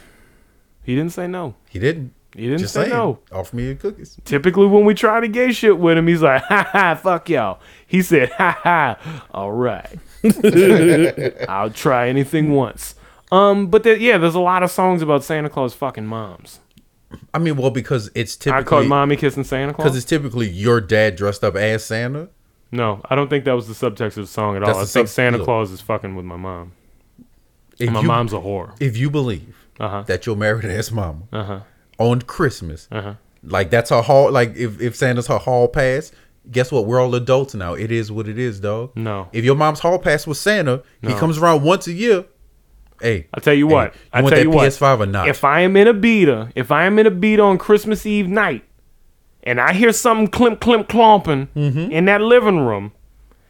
S1: He didn't say no.
S2: He didn't.
S1: He didn't say no.
S2: Offer me your cookies.
S1: Typically, when we try to gay shit with him, he's like, ha ha, fuck y'all. He said, ha ha, all right. I'll try anything once. Um, but there, yeah, there's a lot of songs about Santa Claus fucking moms.
S2: I mean, well, because it's typically
S1: I caught mommy kissing Santa Claus.
S2: because it's typically your dad dressed up as Santa.
S1: No, I don't think that was the subtext of the song at all.
S2: That's
S1: I
S2: the
S1: think
S2: sub-
S1: Santa
S2: look.
S1: Claus is fucking with my mom.
S2: If
S1: And my
S2: you-
S1: mom's a whore.
S2: If you believe
S1: Uh-huh.
S2: that your married ass mama
S1: Uh-huh.
S2: on Christmas,
S1: Uh-huh.
S2: like that's her hall. Like if if Santa's her hall pass, guess what? We're all adults now. It is what it is, dog.
S1: No.
S2: If your mom's hall pass was Santa, he
S1: No.
S2: comes around once a year. Hey,
S1: I tell you
S2: hey,
S1: what.
S2: you
S1: I
S2: want
S1: tell
S2: that
S1: you what.
S2: PS5 or not?
S1: If I am in a beta, if I am in a beta on Christmas Eve night, and I hear something climp climp clomping
S2: Mm-hmm.
S1: in that living room,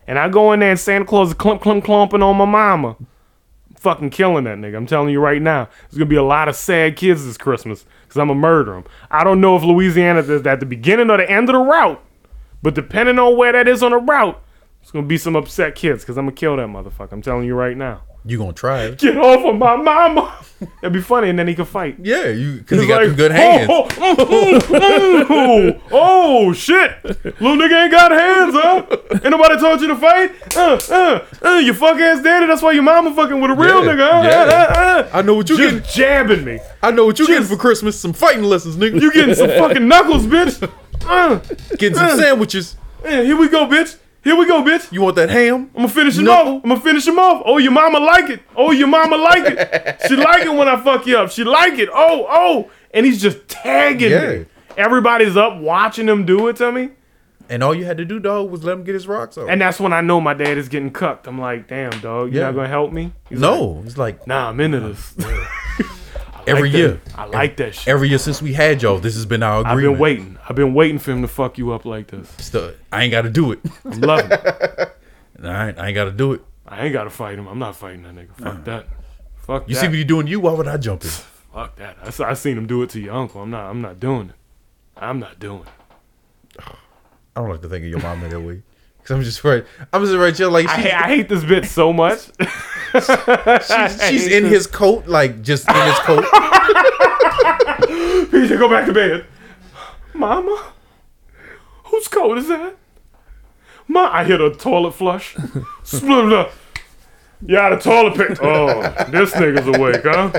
S1: and I go in there and Santa Claus is climp climp clomping on my mama, I'm fucking killing that nigga. I'm telling you right now, there's gonna be a lot of sad kids this Christmas because I'm a murder 'em. I don't know if Louisiana is at the beginning or the end of the route, but depending on where that is on the route, it's gonna be some upset kids because I'm gonna kill that motherfucker. I'm telling you right now.
S2: you gonna try it?
S1: Get off of my mama. That'd be funny, and then he could fight.
S2: Yeah, you because he
S1: He's
S2: got
S1: like,
S2: some good
S1: "Oh,
S2: hands.
S1: Oh, mm, mm, mm, oh, oh, shit. Little nigga ain't got hands, huh? Ain't nobody told you to fight? Uh, uh, uh, your fuck ass daddy. That's why your mama fucking with a real
S2: Yeah,
S1: nigga, huh?
S2: yeah.
S1: Uh, uh, uh.
S2: I know what you
S1: Just
S2: getting.
S1: jabbing me.
S2: I know what you getting for Christmas. Some fighting lessons, nigga.
S1: You getting some fucking knuckles, bitch. Uh,
S2: getting some sandwiches.
S1: man, here we go, bitch. Here we go, bitch.
S2: You want that
S1: I'm
S2: ham?
S1: gonna finish him
S2: No.
S1: off. I'm gonna finish him off. Oh, your mama like it. Oh, your mama like it. she like it when I fuck you up. She like it. Oh, oh. And he's just tagging
S2: Yeah.
S1: me. Everybody's up watching him do it to me.
S2: And all you had to do, dog, was let him get his rocks off.
S1: And that's when I know my dad is getting cucked. I'm like, damn, dog, you're
S2: Yeah.
S1: not gonna help me? He's like,
S2: no, it's like
S1: nah, I'm into this.
S2: every
S1: Like that-
S2: year.
S1: I like that shit.
S2: Every year since we had y'all, this has been our
S1: I've
S2: agreement.
S1: been waiting. I've been waiting for him to fuck you up like this.
S2: Stu- I ain't got to do it.
S1: I'm loving it.
S2: All right, I ain't got to do it.
S1: I ain't gotta fight him. I'm not fighting that nigga. Fuck that. Fuck
S2: Uh-uh. You
S1: that.
S2: see what you doing? You? Why would I jump in?
S1: Fuck that. I, s- I seen him do it to your uncle. I'm not. I'm not doing it. I'm not doing it.
S2: I don't like to think of your mom in that way. Cause I'm just right. I'm just right here like
S1: I,
S2: she,
S1: ha- I hate this bitch so much.
S2: she's, she's in his coat, like just in his coat.
S1: PJ, go back to bed. Mama, whose coat is that? Ma, I hit a toilet flush. Split it up. You out of toilet paper. Oh, this nigga's awake, huh?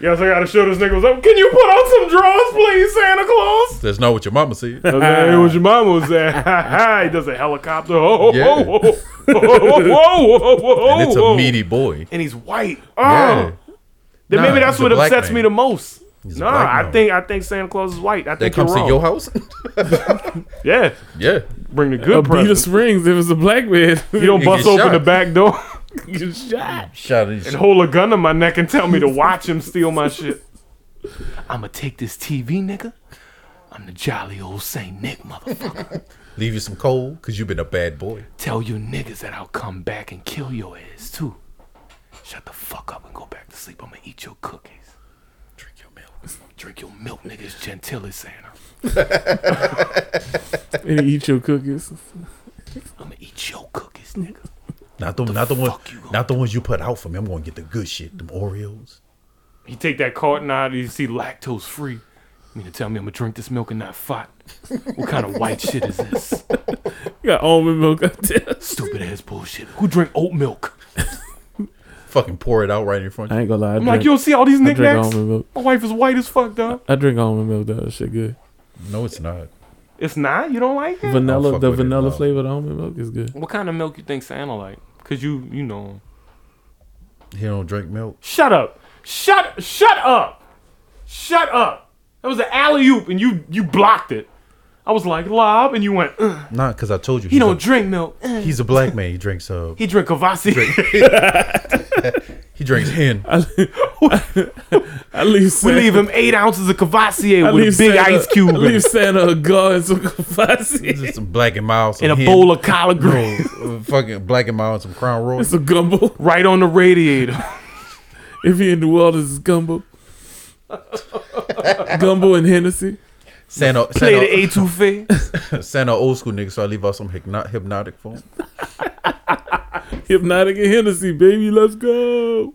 S1: Yes, I gotta show this nigga what's up. Can you put on some drawers, please, Santa Claus?
S2: That's not what your mama said.
S1: And then it was your mama was there. he does a helicopter. Oh,
S2: Ah. Yeah.
S1: oh, oh, oh, oh, oh, oh, oh,
S2: And it's a
S1: oh.
S2: meaty boy.
S1: and he's white. Oh,
S2: Yeah.
S1: then
S2: Nah,
S1: maybe that's
S2: he's a
S1: what
S2: black
S1: upsets
S2: man.
S1: me the most.
S2: He's a
S1: No,
S2: black
S1: I
S2: man.
S1: think I think Santa Claus is white. I
S2: That
S1: think you're
S2: comes to
S1: wrong.
S2: your house.
S1: yeah,
S2: yeah.
S1: bring the
S3: A
S1: good
S3: beat of
S1: presents.
S3: springs if it's a black man.
S1: You don't
S2: You
S1: bust
S2: get
S1: open
S2: shot.
S1: the back door
S3: get shot.
S2: Shout out.
S1: and hold a gun to my neck and tell me to watch him steal my shit. I'm gonna take this TV, nigga. I'm the jolly old Saint Nick, motherfucker.
S2: Leave you some cold because you've been a bad boy.
S1: tell you niggas that I'll come back and kill your ass too. Shut the fuck up and go back to sleep. I'm gonna eat your cookies. Drink your milk. Drink your milk, niggas. Gentilly Santa.
S3: And he eat your cookies.
S1: I'm gonna eat your cookies, nigga.
S2: Not the, not the one,
S1: fuck you gonna
S2: not the ones you put out for me. I'm gonna get the good shit, them Oreos.
S1: He take that carton out, you see lactose free. You mean to tell me I'm gonna drink this milk and not fought? What kind of white shit is this?
S3: You got almond milk up there.
S1: Stupid ass bullshit. Who drink oat milk?
S2: Fucking pour it out right in front. of you.
S3: I ain't gonna lie. I
S1: I'm
S3: drink,
S1: like, you don't see all these
S3: I drink
S1: knickknacks?
S3: almond milk.
S1: My wife is white as fuck, dog.
S3: I drink almond milk though. That shit good.
S2: No, it's not.
S1: It's not? You don't like it?
S3: Vanilla,
S2: fuck
S3: the
S2: with it, no.
S3: vanilla flavored almond milk is good.
S1: What kind of milk you think Santa like? Cause you you know him.
S2: He don't drink milk.
S1: Shut up. Shut shut up. Shut up. That was an alley oop and you you blocked it. I was like, lob, and you went, "Ugh,
S2: Not because I told you.
S1: he
S2: he's
S1: don't
S2: A,
S1: drink milk. Ugh."
S2: he's a black man. He drinks uh.
S1: He drink Kvass.
S2: He drinks hen.
S3: I leave.
S1: We
S3: Santa-
S1: leave him eight ounces of Cavassier
S3: I
S1: with
S3: leave
S1: a big
S3: Santa-
S1: ice cube
S3: I
S1: in,
S3: leave
S1: it,
S3: Santa a guard and some
S2: He's
S3: kvass.
S2: just some black and mild. Some
S1: and a
S2: hen.
S1: bowl of collard greens
S2: No, uh, fucking black and mild. and Some crown royal.
S3: It's a gumbo.
S1: right on the radiator.
S3: If he in New Orleans, it's gumbo. gumbo and Hennessy.
S2: Santa
S1: Play the
S2: Santa,
S1: etouffee.
S2: Santa old school nigga. So I leave out some hypno- hypnotic form.
S3: Hypnotic and Hennessy, baby. Let's go.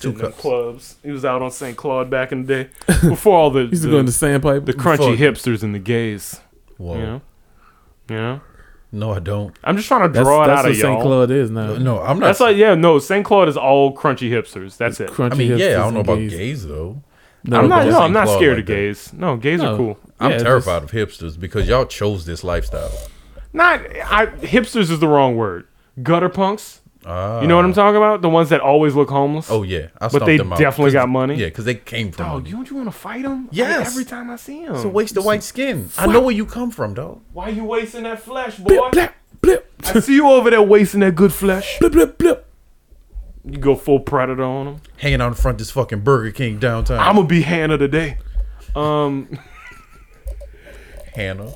S1: Two
S2: cups.
S1: clubs. He was out on St. Claude back in the day before all the
S3: He's
S1: the,
S3: going to sandpiper.
S1: the crunchy
S2: Fuck.
S1: hipsters and the gays.
S2: Whoa.
S1: You know, you know.
S2: No, I don't.
S1: I'm just trying to draw it out of y'all.
S3: St. Claude is now.
S2: No, I'm not.
S1: That's like yeah, no. St. Claude is all crunchy hipsters. That's it.
S3: Crunchy
S2: I mean, yeah, I don't know about
S3: gays.
S2: gays, though.
S3: No,
S1: I'm not.
S2: but
S1: No, I'm
S2: St.
S1: not
S2: Claude
S1: scared
S2: like
S1: of
S2: that.
S1: gays. No, gays
S3: No.
S1: are cool.
S2: I'm
S3: Yeah,
S2: terrified of hipsters because y'all chose this lifestyle.
S1: Not I. Hipsters is the wrong word. Gutter punks. you know what I'm talking about? The ones that always look homeless.
S2: Oh yeah, I
S1: but they
S2: stomped them out.
S1: definitely
S2: 'Cause-
S1: got money.
S2: Yeah, because they came from.
S1: Oh,
S2: money.
S1: you don't you want to fight them?
S2: Yes.
S1: every time I see them.
S2: It's a waste of white skin. I know where you come from, dog.
S1: Why you wasting that flesh, boy?
S3: Blip, blip,
S1: I see you over there wasting that good flesh.
S3: blip, blip, blip.
S1: You go full predator on them.
S2: Hanging out in front of this fucking Burger King downtown.
S1: I'm gonna be Hannah today. Um,
S2: Hannah.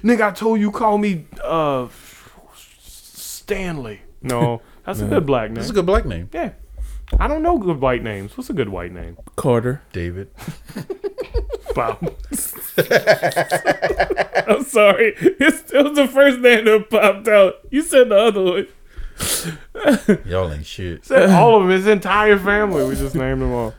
S1: nigga, I told you call me uh Stanley. No, that's a good black name.
S2: That's a good black name.
S1: yeah. I don't know good white names. What's a good white name?
S3: Carter.
S2: David.
S1: Bob.
S3: I'm sorry. It's, it was the first name that popped out. You said the other one.
S2: Y'all ain't shit.
S1: all of them, his entire family. We just named them all.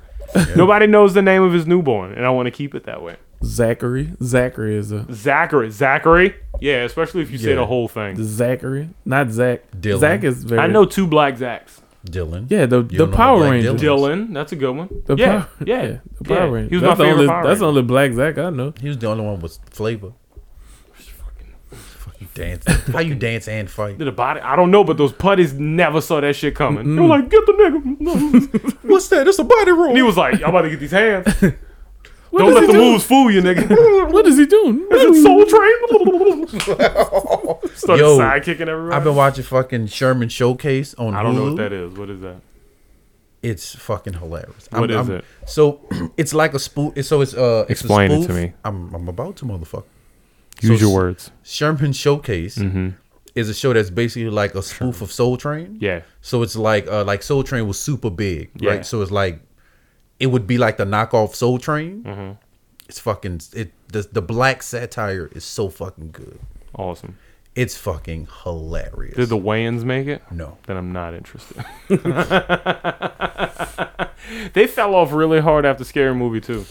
S1: Nobody knows the name of his newborn, and I want to keep it that way.
S3: Zachary. Zachary is a
S1: Zachary. Zachary. Yeah, especially if you say
S2: Yeah.
S1: the whole thing.
S3: Zachary, not Zach.
S2: Dylan.
S3: Zach is very.
S1: I know two black Zachs.
S2: Dylan.
S3: Yeah, the
S2: You
S3: the
S2: don't know
S3: Power
S2: Black
S3: Rangers.
S2: Dylan.
S1: Dylan. That's a good one.
S3: The
S1: yeah,
S3: Power,
S1: yeah,
S3: The Power
S1: yeah.
S3: Rangers.
S1: He was
S3: that's
S1: my
S3: the
S1: favorite
S3: Only,
S1: Power
S3: that's the
S1: Ranger.
S3: only Black Zach I know.
S2: He was the only one with flavor. Fucking dance. How you dance and fight?
S1: Did a body? I don't know, but those putties never saw that shit coming. They were like, "Get the nigga!"
S2: What's that? It's a body roll.
S1: and he was like, "I'm about to get these hands.
S3: What
S1: Don't
S3: does
S1: let
S3: he
S1: the
S3: do?
S1: moves fool you, nigga."
S3: What is he doing?
S1: Is it Soul Train? Started
S2: Yo,
S1: side kicking everywhere.
S2: I've been watching fucking Sherman Showcase on
S1: I don't know
S2: Hulu.
S3: Mm-hmm.
S1: what that is. What is that?
S2: It's fucking hilarious.
S1: What is it?
S2: So it's like a spoof. So it's uh. It's
S1: Explain
S2: a
S1: it to
S2: spoof.
S1: me.
S2: I'm I'm about to motherfucker.
S1: Use
S2: So
S1: your
S2: s-
S1: words.
S2: Sherman Showcase
S1: Mm-hmm.
S2: is a show that's basically like a spoof of Soul Train.
S1: Yeah.
S2: So it's like uh like Soul Train was super big,
S1: Yeah.
S2: right? So it's like it would be like the knockoff Soul Train.
S1: Mm-hmm.
S2: It's fucking it. The, the black satire is so fucking good.
S1: Awesome.
S2: It's fucking hilarious.
S1: Did the Wayans make it?
S2: no.
S1: Then I'm not interested. they fell off really hard after Scary Movie too.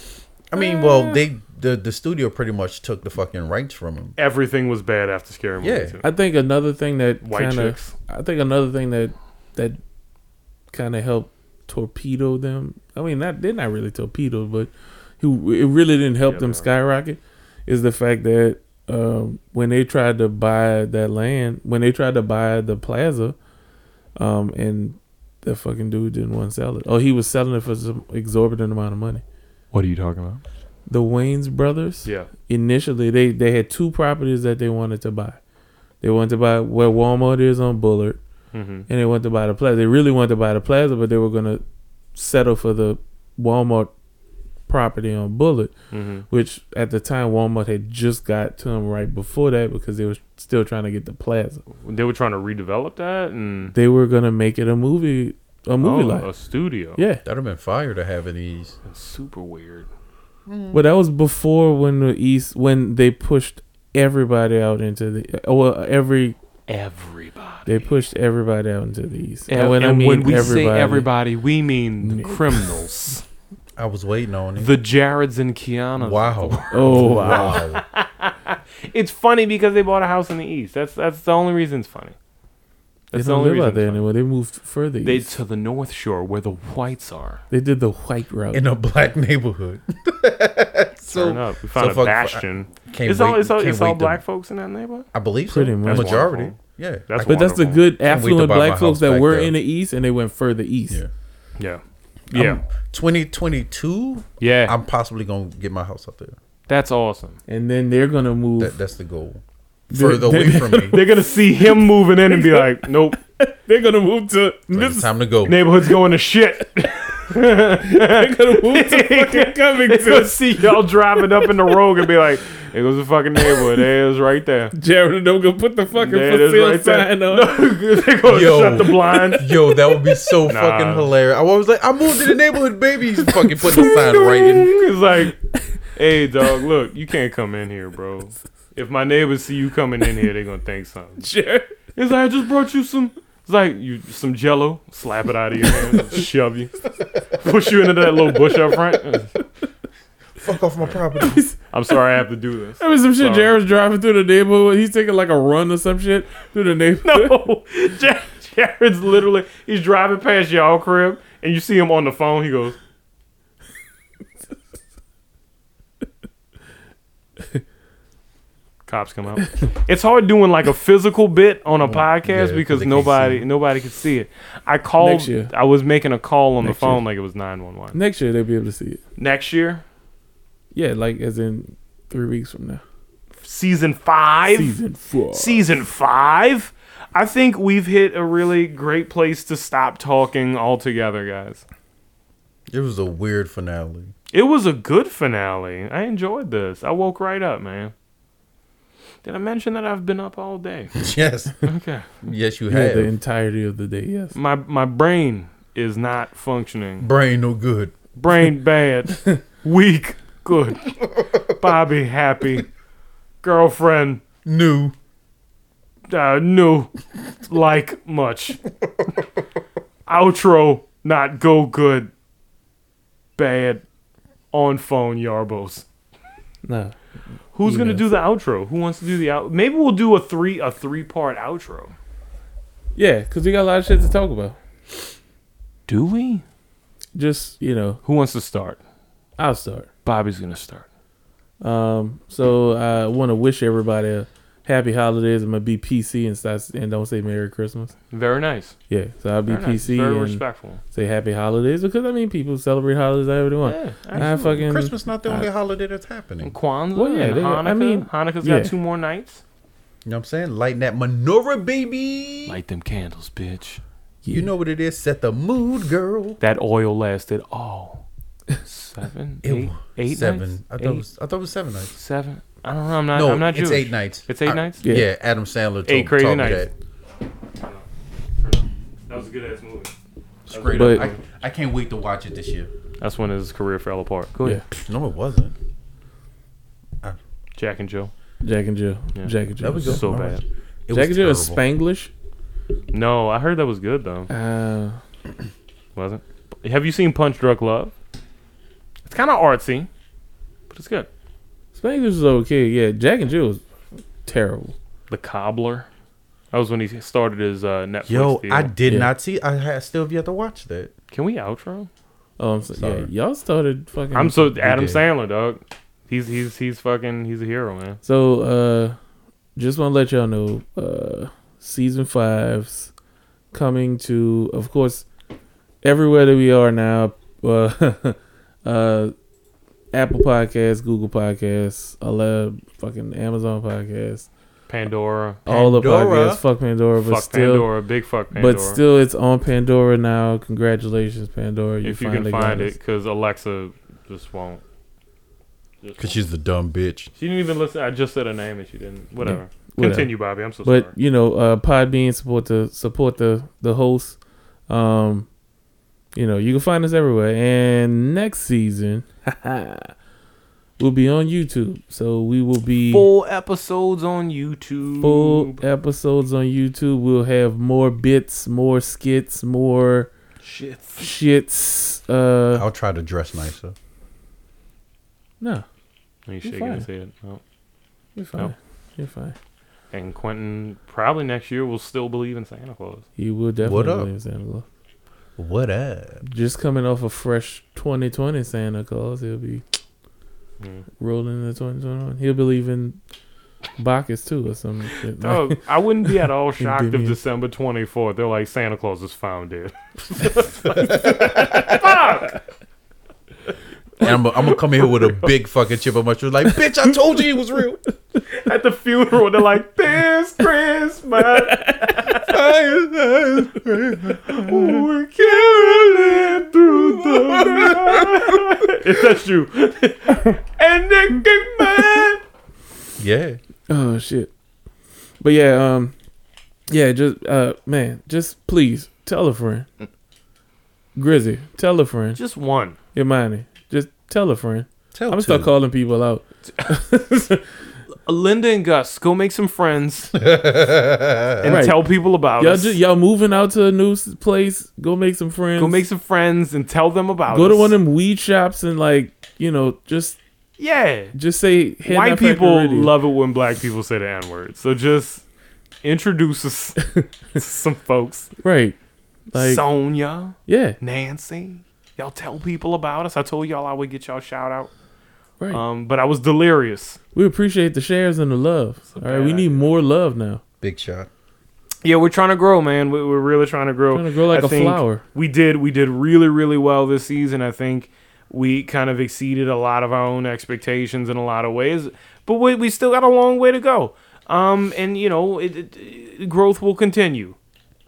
S2: I mean, well, they the the studio pretty much took the fucking rights from him.
S1: Everything was bad after Scary Movie
S2: Yeah.
S1: 2.
S3: I think another thing that
S1: White
S3: kind of
S1: chicks.
S3: I think another thing that that kind of helped torpedo them. I mean, not they're not really torpedoed, but who it really didn't help them skyrocket is the fact that um, when they tried to buy that land, when they tried to buy the plaza, um, and that fucking dude didn't want to sell it. Oh, he was selling it for some exorbitant amount of money.
S1: What are you talking about?
S3: The Waynes brothers
S1: Yeah.
S3: initially they they had two properties that they wanted to buy. They wanted to buy where Walmart is on Bullard, and they wanted to buy the plaza. They really wanted to buy the plaza, but they were gonna settle for the Walmart property on Bullard, which at the time Walmart had just got to them right before that because they were still trying to get the plaza.
S1: They were trying to redevelop that and
S3: They were gonna make it a movie, a movie
S1: oh,
S3: like
S1: a studio.
S3: yeah.
S2: That'd have been fire to have in these.
S1: That's super weird.
S3: But that was before when the East when they pushed everybody out into the well every
S1: Everybody.
S3: They pushed everybody out into the east.
S1: And,
S3: and when I mean
S1: when we
S3: everybody,
S1: say everybody, we mean the criminals,
S2: I was waiting on it.
S1: the Jareds and Kianas.
S2: wow.
S3: oh wow,
S2: Wow.
S1: It's funny because they bought a house in the east. That's that's the only reason it's funny.
S3: they
S1: That's the
S3: don't
S1: only
S3: live
S1: reason.
S3: out there
S1: it's funny.
S3: anymore. They moved further.
S1: They
S3: East.
S1: to the North Shore where the whites are.
S3: They, did the white route.
S2: in a black neighborhood. so
S1: Turn up. We found
S2: fuck-
S1: a bastion.
S2: can't
S1: it's
S2: wait-
S1: all it's all,
S2: can't
S1: it's all
S2: wait to-
S1: black folks in that neighborhood.
S2: I believe
S3: Pretty
S2: so.
S3: much.
S2: The majority.
S1: Wonderful.
S2: Yeah.
S1: That's
S2: I-
S3: but that's the
S1: Wonderful.
S3: good
S2: Can't wait to
S3: affluent
S2: buy my
S3: black folks
S2: house
S3: that
S2: back
S3: were
S2: there.
S3: in the east and they went further east.
S2: Yeah.
S1: Yeah, yeah,
S2: 2022.
S1: yeah.
S2: I'm possibly going to get my house out there.
S1: that's awesome.
S3: And then they're gonna move.
S2: That, that's the goal. Further away
S3: they-
S2: from me.
S1: They're gonna see him moving in and be like, "Nope,
S3: they're gonna move to.
S2: Like, it's time to go.
S1: neighborhood's going to shit."
S3: They're gonna move to fucking
S1: They're gonna
S3: Covington.
S1: see y'all driving up in the road and be like, "It was a fucking neighborhood. There it is right there."
S3: Jared and them gonna put the fucking
S1: There
S3: for
S1: it is
S3: sale
S1: right there.
S3: sign on.
S1: uh, They're gonna
S2: Yo.
S1: shut the blinds.
S2: Yo, that would be so fucking hilarious. I was like, I moved to the neighborhood, baby. He's fucking putting the sign right in.
S1: It's like, "Hey, dog, look, you can't come in here, bro. If my neighbors see you coming in here, they're gonna think something."
S3: Jared,
S1: It's like I just brought you some. It's like you some Jello. Slap it out of your hand. shove you. Push you into that little bush up front.
S11: Fuck off my property.
S1: I'm sorry I have to do this.
S3: I mean, some shit.
S1: Sorry.
S3: Jared's driving through the neighborhood. He's taking like a run or some shit through the neighborhood.
S1: No, Jar- Jared's literally he's driving past y'all crib and you see him on the phone. He goes, "Cops come out." It's hard doing like a physical bit on a
S10: yeah,
S1: podcast
S10: 'cause
S1: because
S10: they can't
S1: nobody
S10: see
S1: nobody could see it. I called.
S3: Next year.
S1: I was making a call on
S3: Next
S1: the phone
S3: year.
S1: like it was nine one one.
S3: Next year they'll be able to see it.
S1: Next year,
S3: Yeah, like as in three weeks from now.
S1: season five.
S3: Season four.
S1: Season five. I think we've hit a really great place to stop talking altogether, guys.
S2: It was a weird finale.
S1: It was a good finale. I enjoyed this. I woke right up, man. Did I mention that I've been up all day?
S2: Yes.
S1: Okay.
S2: Yes, you
S3: Yeah,
S2: have.
S3: the entirety of the day. Yes.
S1: My my brain is not functioning.
S2: Brain no good.
S1: Brain bad. Weak. Good. Bobby happy. Girlfriend
S2: New.
S1: uh, new like much. Outro not go good. Bad on phone yarbos.
S3: No.
S1: Who's gonna do the outro? Who wants to do the out? Maybe we'll do a three a three part outro.
S3: Yeah, because we got a lot of shit to talk about.
S1: Do we?
S3: Just you know,
S1: Who wants to start?
S3: I'll start.
S1: Bobby's gonna start.
S3: Um, so I want to wish everybody a happy holidays. I'm gonna be PC and start, and don't say Merry Christmas.
S1: Very nice.
S3: Yeah, so I'll be
S1: Very nice.
S3: PC
S1: Very
S3: and
S1: respectful.
S3: say Happy Holidays because I mean people celebrate holidays however they want.
S1: Yeah,
S3: I fucking
S2: Christmas not the only
S3: I-
S2: holiday that's happening.
S1: Kwanzaa.
S3: Well, yeah,
S1: and
S3: they-
S1: Hanukkah.
S3: I mean,
S1: Hanukkah's
S3: yeah.
S1: got two more nights.
S2: You know what I'm saying? Lighten that menorah, baby.
S1: Light them candles, bitch.
S2: You know what it is. Set the mood, girl.
S1: That oil lasted all seven,
S2: It
S1: eight,
S2: wa-
S1: eight
S2: seven.
S1: nights?
S2: I thought
S1: Eight?
S2: it was. I thought it was seven nights.
S1: Seven. I don't know. I'm not.
S2: no,
S1: I'm not Jewish.
S2: it's eight nights.
S1: It's eight
S2: I-
S1: nights.
S2: Yeah. Adam Sandler. Told,
S1: Eight crazy
S2: taught me
S1: nights.
S2: that.
S1: That was a good ass movie.
S2: It's great.
S3: But-
S2: I, I can't wait to watch it this year.
S1: That's when his career fell apart. Go ahead,
S2: No, it wasn't.
S1: Jack and Jill.
S3: Jack and Jill.
S1: Yeah.
S3: Jack and Jill.
S2: That was good.
S1: So
S2: All
S1: bad.
S2: right. It
S3: Jack and
S2: was
S3: Jill is
S2: terrible.
S3: Spanglish.
S1: No, I heard that was good though.
S3: Uh,
S1: Wasn't. Have you seen Punch Drunk Love? It's kind of artsy, but it's good.
S3: Spanglish is okay. Yeah, Jack and Jill is terrible.
S1: The Cobbler. That was when he started his uh, Netflix.
S2: Yo,
S1: deal.
S2: I did
S3: Yeah.
S2: not see. I had still have yet to watch that.
S1: Can we outro?
S3: Um, so, yeah, y'all started fucking.
S1: I'm so Adam
S2: did.
S1: Sandler, dog. He's he's he's fucking he's a hero, man.
S3: So, uh, just want to let y'all know, uh, season five's coming to, of course, everywhere that we are now. Uh, uh, Apple Podcasts, Google Podcasts, all that fucking Amazon Podcasts,
S1: Pandora,
S3: all the
S2: Pandora.
S3: podcasts. Fuck Pandora, but
S1: fuck
S3: still,
S1: Pandora, big fuck Pandora.
S3: but still, it's on Pandora now. Congratulations, Pandora!
S1: if you can find it,
S3: us.
S1: because Alexa just won't. Just
S2: Cause
S1: won't.
S2: she's the dumb bitch.
S1: She didn't even listen. I just said her name and she didn't. Whatever.
S3: whatever.
S1: Continue, Bobby. I'm so
S3: but
S1: sorry.
S3: you know, uh, Podbean support the support the the host. Um, you know, you can find us everywhere. And next season, we'll be on YouTube, so we will be
S1: Full episodes on YouTube.
S3: full episodes on YouTube. We'll have more bits, more skits, more
S1: Shit.
S3: shits. Uh,
S2: I'll try to dress nicer.
S3: no,
S1: Are you
S3: You're
S1: shaking his
S3: fine.
S1: head? No.
S3: you're fine.
S1: Nope.
S3: You're fine.
S1: Oh. And Quentin probably next year will still believe in Santa Claus.
S3: You will definitely
S2: What up?
S3: believe in Santa Claus.
S2: What up?
S3: Just coming off a fresh 2020 Santa Claus, he'll be
S1: Mm.
S3: rolling into 2021. He'll believe in Bacchus too or some shit.
S1: Dog, Oh, I wouldn't be at all shocked if
S3: Endymion.
S1: December 24th they're like Santa Claus is found dead.
S2: And I'm, I'm gonna come here with a big fucking chip on my shoulder, like, bitch, I told you he was real.
S1: At the funeral, they're like, "This Christmas, we're caroling through the night." If that's you, and then get mad.
S2: Yeah.
S3: oh shit. But yeah, um yeah, just uh man, just please tell a friend. Grizzy, tell a friend.
S1: Mm. Just one.
S3: Imani, just tell a friend.
S2: Tell
S3: I'm gonna
S2: two.
S3: start calling people out.
S1: Linda and Gus, go make some friends and
S3: Right.
S1: tell people about
S3: Y'all
S1: us.
S3: just y'all moving out to a new s- place, go make some friends.
S1: go make some friends and tell them about
S3: go
S1: us.
S3: to one of them weed shops and like you know just
S1: Yeah.
S3: Just say Head
S1: white
S3: Not Factory
S1: people
S3: Radio.
S1: love it when black people say the N word. So just introduce us to some folks.
S3: Right.
S1: Like,
S3: Like-
S1: Sonia.
S3: Yeah.
S1: Nancy. Y'all tell people about us. I told y'all I would get y'all shout out.
S3: Right.
S1: Um, but I was delirious.
S3: We appreciate the shares and the love. All right, we need more love now.
S2: Big shot.
S1: Yeah, we're trying to grow, man. We, we're really trying to grow.
S3: Trying to grow like
S1: a
S3: a flower.
S1: We did. We did really, really well this season. I think we kind of exceeded a lot of our own expectations in a lot of ways, but we, we still got a long way to go. Um, and you know, it, it- it- growth will continue.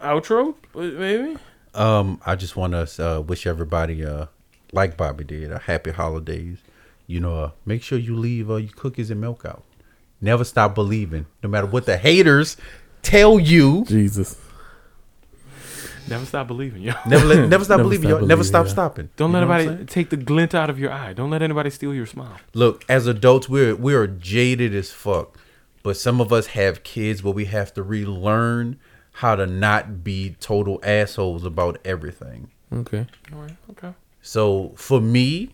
S1: Outro, uh, maybe.
S2: Um, I just want to uh, wish everybody, uh, like Bobby did, a happy holidays. You know, uh, make sure you leave uh, your cookies and milk out. Never stop believing, no matter what the haters tell you.
S3: Jesus.
S1: Never stop believing, yo.
S2: Never let, never stop
S3: Never
S2: believing.
S3: stop
S2: y'all. never
S3: believing,
S2: stop
S3: yeah.
S2: stopping.
S1: Don't
S2: You
S1: let
S2: know what I'm
S1: anybody take the glint out of your eye. Don't let anybody steal your smile.
S2: Look, as adults, we're we are jaded as fuck, but some of us have kids where we have to relearn how to not be total assholes about everything.
S3: Okay.
S1: All right. Okay.
S2: So for me,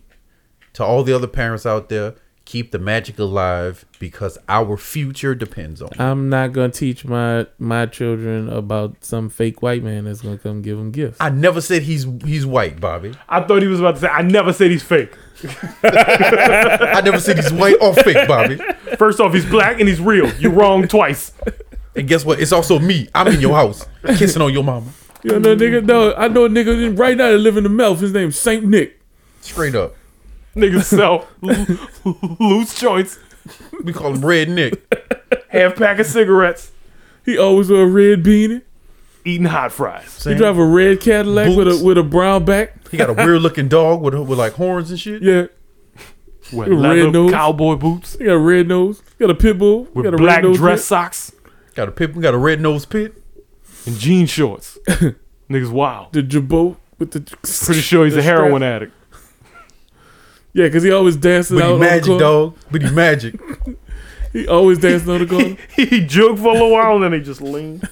S2: to all the other parents out there, keep the magic alive because our future depends on it.
S3: I'm not gonna teach my my children about some fake white man that's gonna come give them gifts.
S2: I never said he's he's white, Bobby.
S1: I thought he was about to say. I never said he's fake.
S2: I never said he's white or fake, Bobby.
S1: First off, he's black and he's real. You wrong twice.
S2: And guess what? It's also me. I'm in your house kissing on your mama.
S3: You know, nigga. No, I know a nigga in- right now that live in the mouth. His name's Saint Nick.
S2: Straight up.
S1: Niggas sell lo- loose joints,
S2: We call him Red Nick.
S1: half pack of cigarettes,
S3: He always wear a red beanie.
S1: eating hot fries.
S3: He drive a red Cadillac with
S2: Boots.
S3: a with a brown back.
S2: He got a weird looking dog with with like horns and shit.
S3: Yeah.
S1: Wear
S3: Red
S1: leather
S3: nose.
S1: cowboy boots
S3: He got a red nose. He got a pit bull. He
S1: with
S3: got a
S1: black
S3: red nose
S1: dress
S3: pit.
S1: socks
S2: Got a pit, got a red nosed pit.
S1: and jean shorts. Niggas wild.
S3: The jabot with the
S1: Pretty sure he's a
S3: the strap.
S1: heroin addict.
S3: Yeah, cause he always dancing
S2: But
S3: out
S2: he
S3: on the
S2: magic,
S3: corner.
S2: dog. But he magic.
S3: He always dancing on the corner.
S1: He joked for a little while and then he just leaned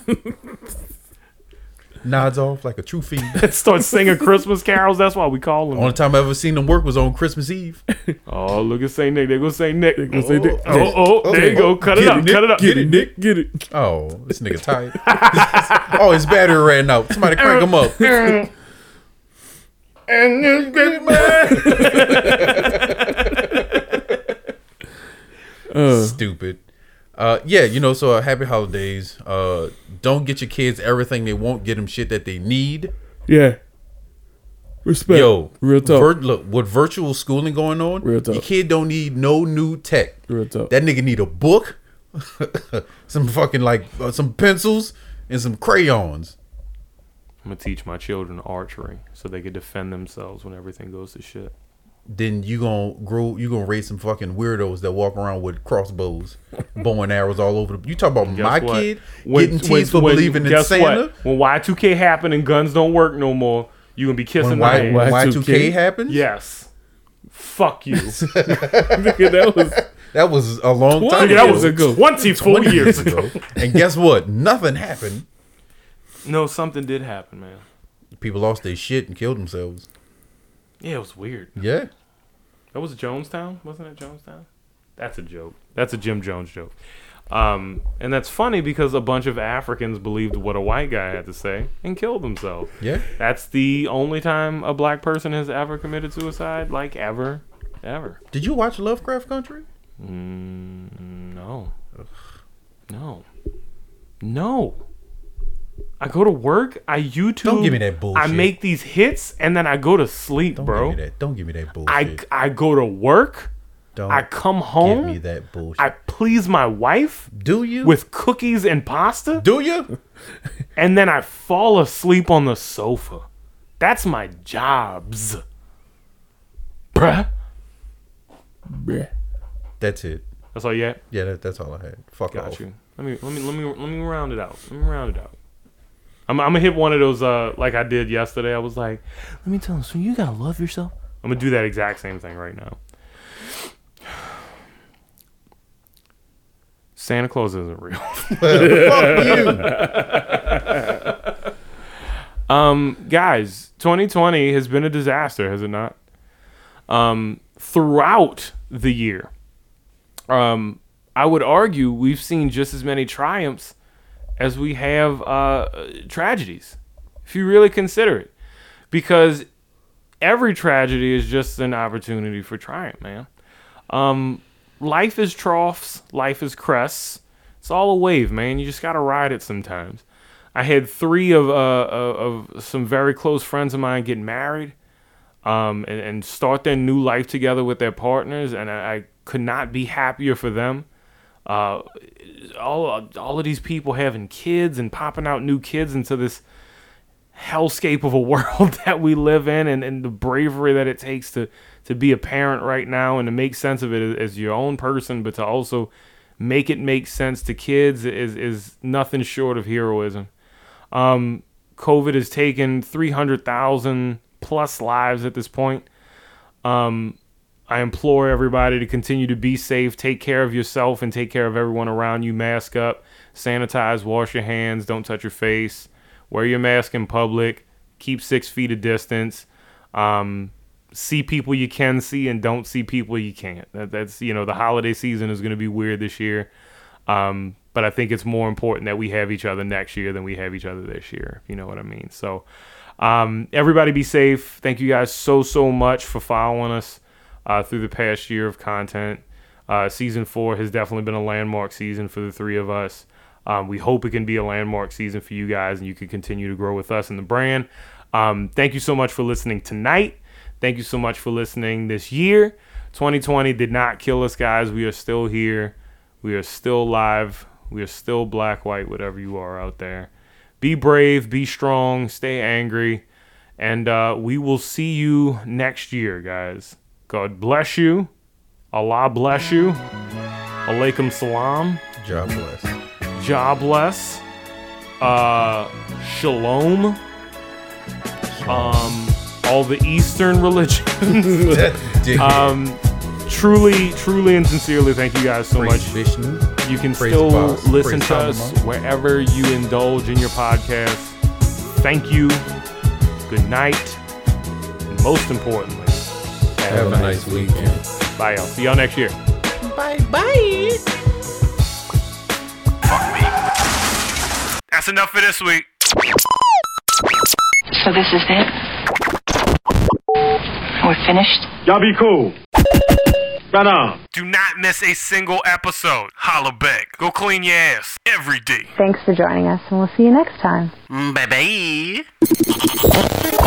S2: Nods off like a true fiend.
S1: and starts singing Christmas carols. That's why we call him.
S3: Oh.
S2: Only time I ever seen him work was on Christmas Eve.
S1: Oh, look at Saint Nick. They go Saint Nick.
S3: go Saint Nick.
S1: Oh, oh, oh, there you go. Cut it
S2: Get
S1: up.
S2: it, Nick.
S1: Cut it up.
S3: Get it, Nick. Get it.
S2: Oh, this nigga tired. oh, his battery ran out. Somebody crank him up. Stupid. Uh, yeah, you know. So uh, happy holidays. Uh, don't get your kids everything they want. Get them shit that they need.
S3: Yeah. Respect.
S2: Yo,
S3: real talk.
S2: vir- look, with virtual schooling going on,
S3: Real talk.
S2: your kid don't need no new tech.
S3: Real talk.
S2: That nigga need a book, some fucking like uh, some pencils and some crayons.
S1: I'm gonna teach my children archery so they can defend themselves when everything goes to shit.
S2: Then you gonna grow. You gonna raise some fucking weirdos that walk around with crossbows, bow and arrows all over. The, you talk about
S1: Guess
S2: my
S1: what?
S2: kid
S1: When-
S2: getting teased
S1: when-
S2: for
S1: when-
S2: believing in
S1: guess
S2: Santa.
S1: What? When Y2K happened and guns don't work no more, you gonna be
S2: When
S1: kissing my
S2: Y
S1: ass.
S3: why-
S2: Y two K
S3: Y2K?
S2: happens,
S1: Yes. Fuck you. Nigga,
S3: Nigga, that was
S2: that was a long time.
S3: Nigga,
S1: that
S2: ago.
S1: was
S3: a ago.
S1: 24 years ago.
S2: and guess what? Nothing happened.
S1: No, something did happen, man.
S2: People lost their shit and killed themselves.
S1: Yeah, it was weird.
S2: Yeah.
S1: That was Jonestown, wasn't it? Jonestown. That's a joke. That's a Jim Jones joke. Um, and that's funny because a bunch of Africans believed what a white guy had to say and killed themselves.
S2: Yeah.
S1: That's the only time a black person has ever committed suicide, like ever, ever.
S2: Did you watch Lovecraft Country?
S1: Mm, no. No. No. I go to work, I YouTube.
S2: Don't give me that
S1: I
S2: bullshit.
S1: make these hits and then I go to sleep,
S2: Don't
S1: bro.
S2: give me that. Don't give me that bullshit.
S1: I I go to work,
S2: Don't
S1: I come
S2: give
S1: home,
S2: me that bullshit.
S1: I please my wife
S2: do you?
S1: with cookies and pasta,
S2: do you?
S1: and then I fall asleep on the sofa. That's my jobs. Bruh.
S3: Bruh.
S2: That's it.
S1: That's all you got?
S2: Yeah, that, that's all I had. Fuck
S1: Got
S2: off.
S1: you. Let me let me let me let me round it out. Let me round it out. I'm, I'm gonna hit one of those uh like I did yesterday. I was like, let me tell him. So you gotta love yourself. I'm gonna do that exact same thing right now. Santa Claus isn't real. Um, guys, 2020 has been a disaster, has it not? Um, throughout the year. Um, I would argue we've seen just as many triumphs as we have uh, tragedies, if you really consider it, because every tragedy is just an opportunity for triumph, man. Um, life is troughs, life is crests. It's all a wave, man. You just gotta ride it sometimes. I had three of uh, of of some very close friends of mine get married, um, and, and start their new life together with their partners, and I, I could not be happier for them. Uh, all all of these people having kids and popping out new kids into this hellscape of a world that we live in and, and the bravery that it takes to to be a parent right now and to make sense of it as your own person but to also make it make sense to kids is is nothing short of heroism um covid has taken 300,000 plus lives at this point um I implore everybody to continue to be safe, take care of yourself and take care of everyone around you. Mask up, sanitize, wash your hands, don't touch your face wear your mask in public, keep six feet of distance, um, see people you can see and don't see people you can't. That, that's you know the holiday season is going to be weird this year, um, but I think it's more important that we have each other next year than we have each other this year. If you know what I mean. So um, everybody be safe. Thank you guys so so much for following us uh, through the past year of content. Uh, season four has definitely been a landmark season for the three of us. Um, we hope it can be a landmark season for you guys and you can continue to grow with us and the brand. Um, thank you so much for listening tonight. Thank you so much for listening this year. 2020 did not kill us, guys. We are still here. We are still live. We are still black, white, whatever you are out there. Be brave, be strong, stay angry. And uh, we will see you next year, guys. God bless you. Allah bless you. Alaikum salam.
S2: God bless.
S1: Jobless, uh, Shalom, um, all the Eastern religions.
S2: Dude.
S1: um, truly, truly, and sincerely, thank you guys so much.
S2: Praise Vishnu.
S1: You can
S2: Praise
S1: still
S2: Boss.
S1: listen
S2: Praise
S1: to us
S2: Shama.
S1: wherever you indulge in your podcast. Thank you. Good night. And most importantly, have,
S2: Have a nice weekend.
S1: Bye, y'all. See y'all next year.
S7: Bye bye.
S5: That's enough for this week.
S11: So this is it? We're finished?
S5: Y'all be cool. Right on. Do not miss a single episode. Holla back. Go clean your ass every day.
S12: Thanks for joining us, and we'll see you next time.
S5: Bye bye.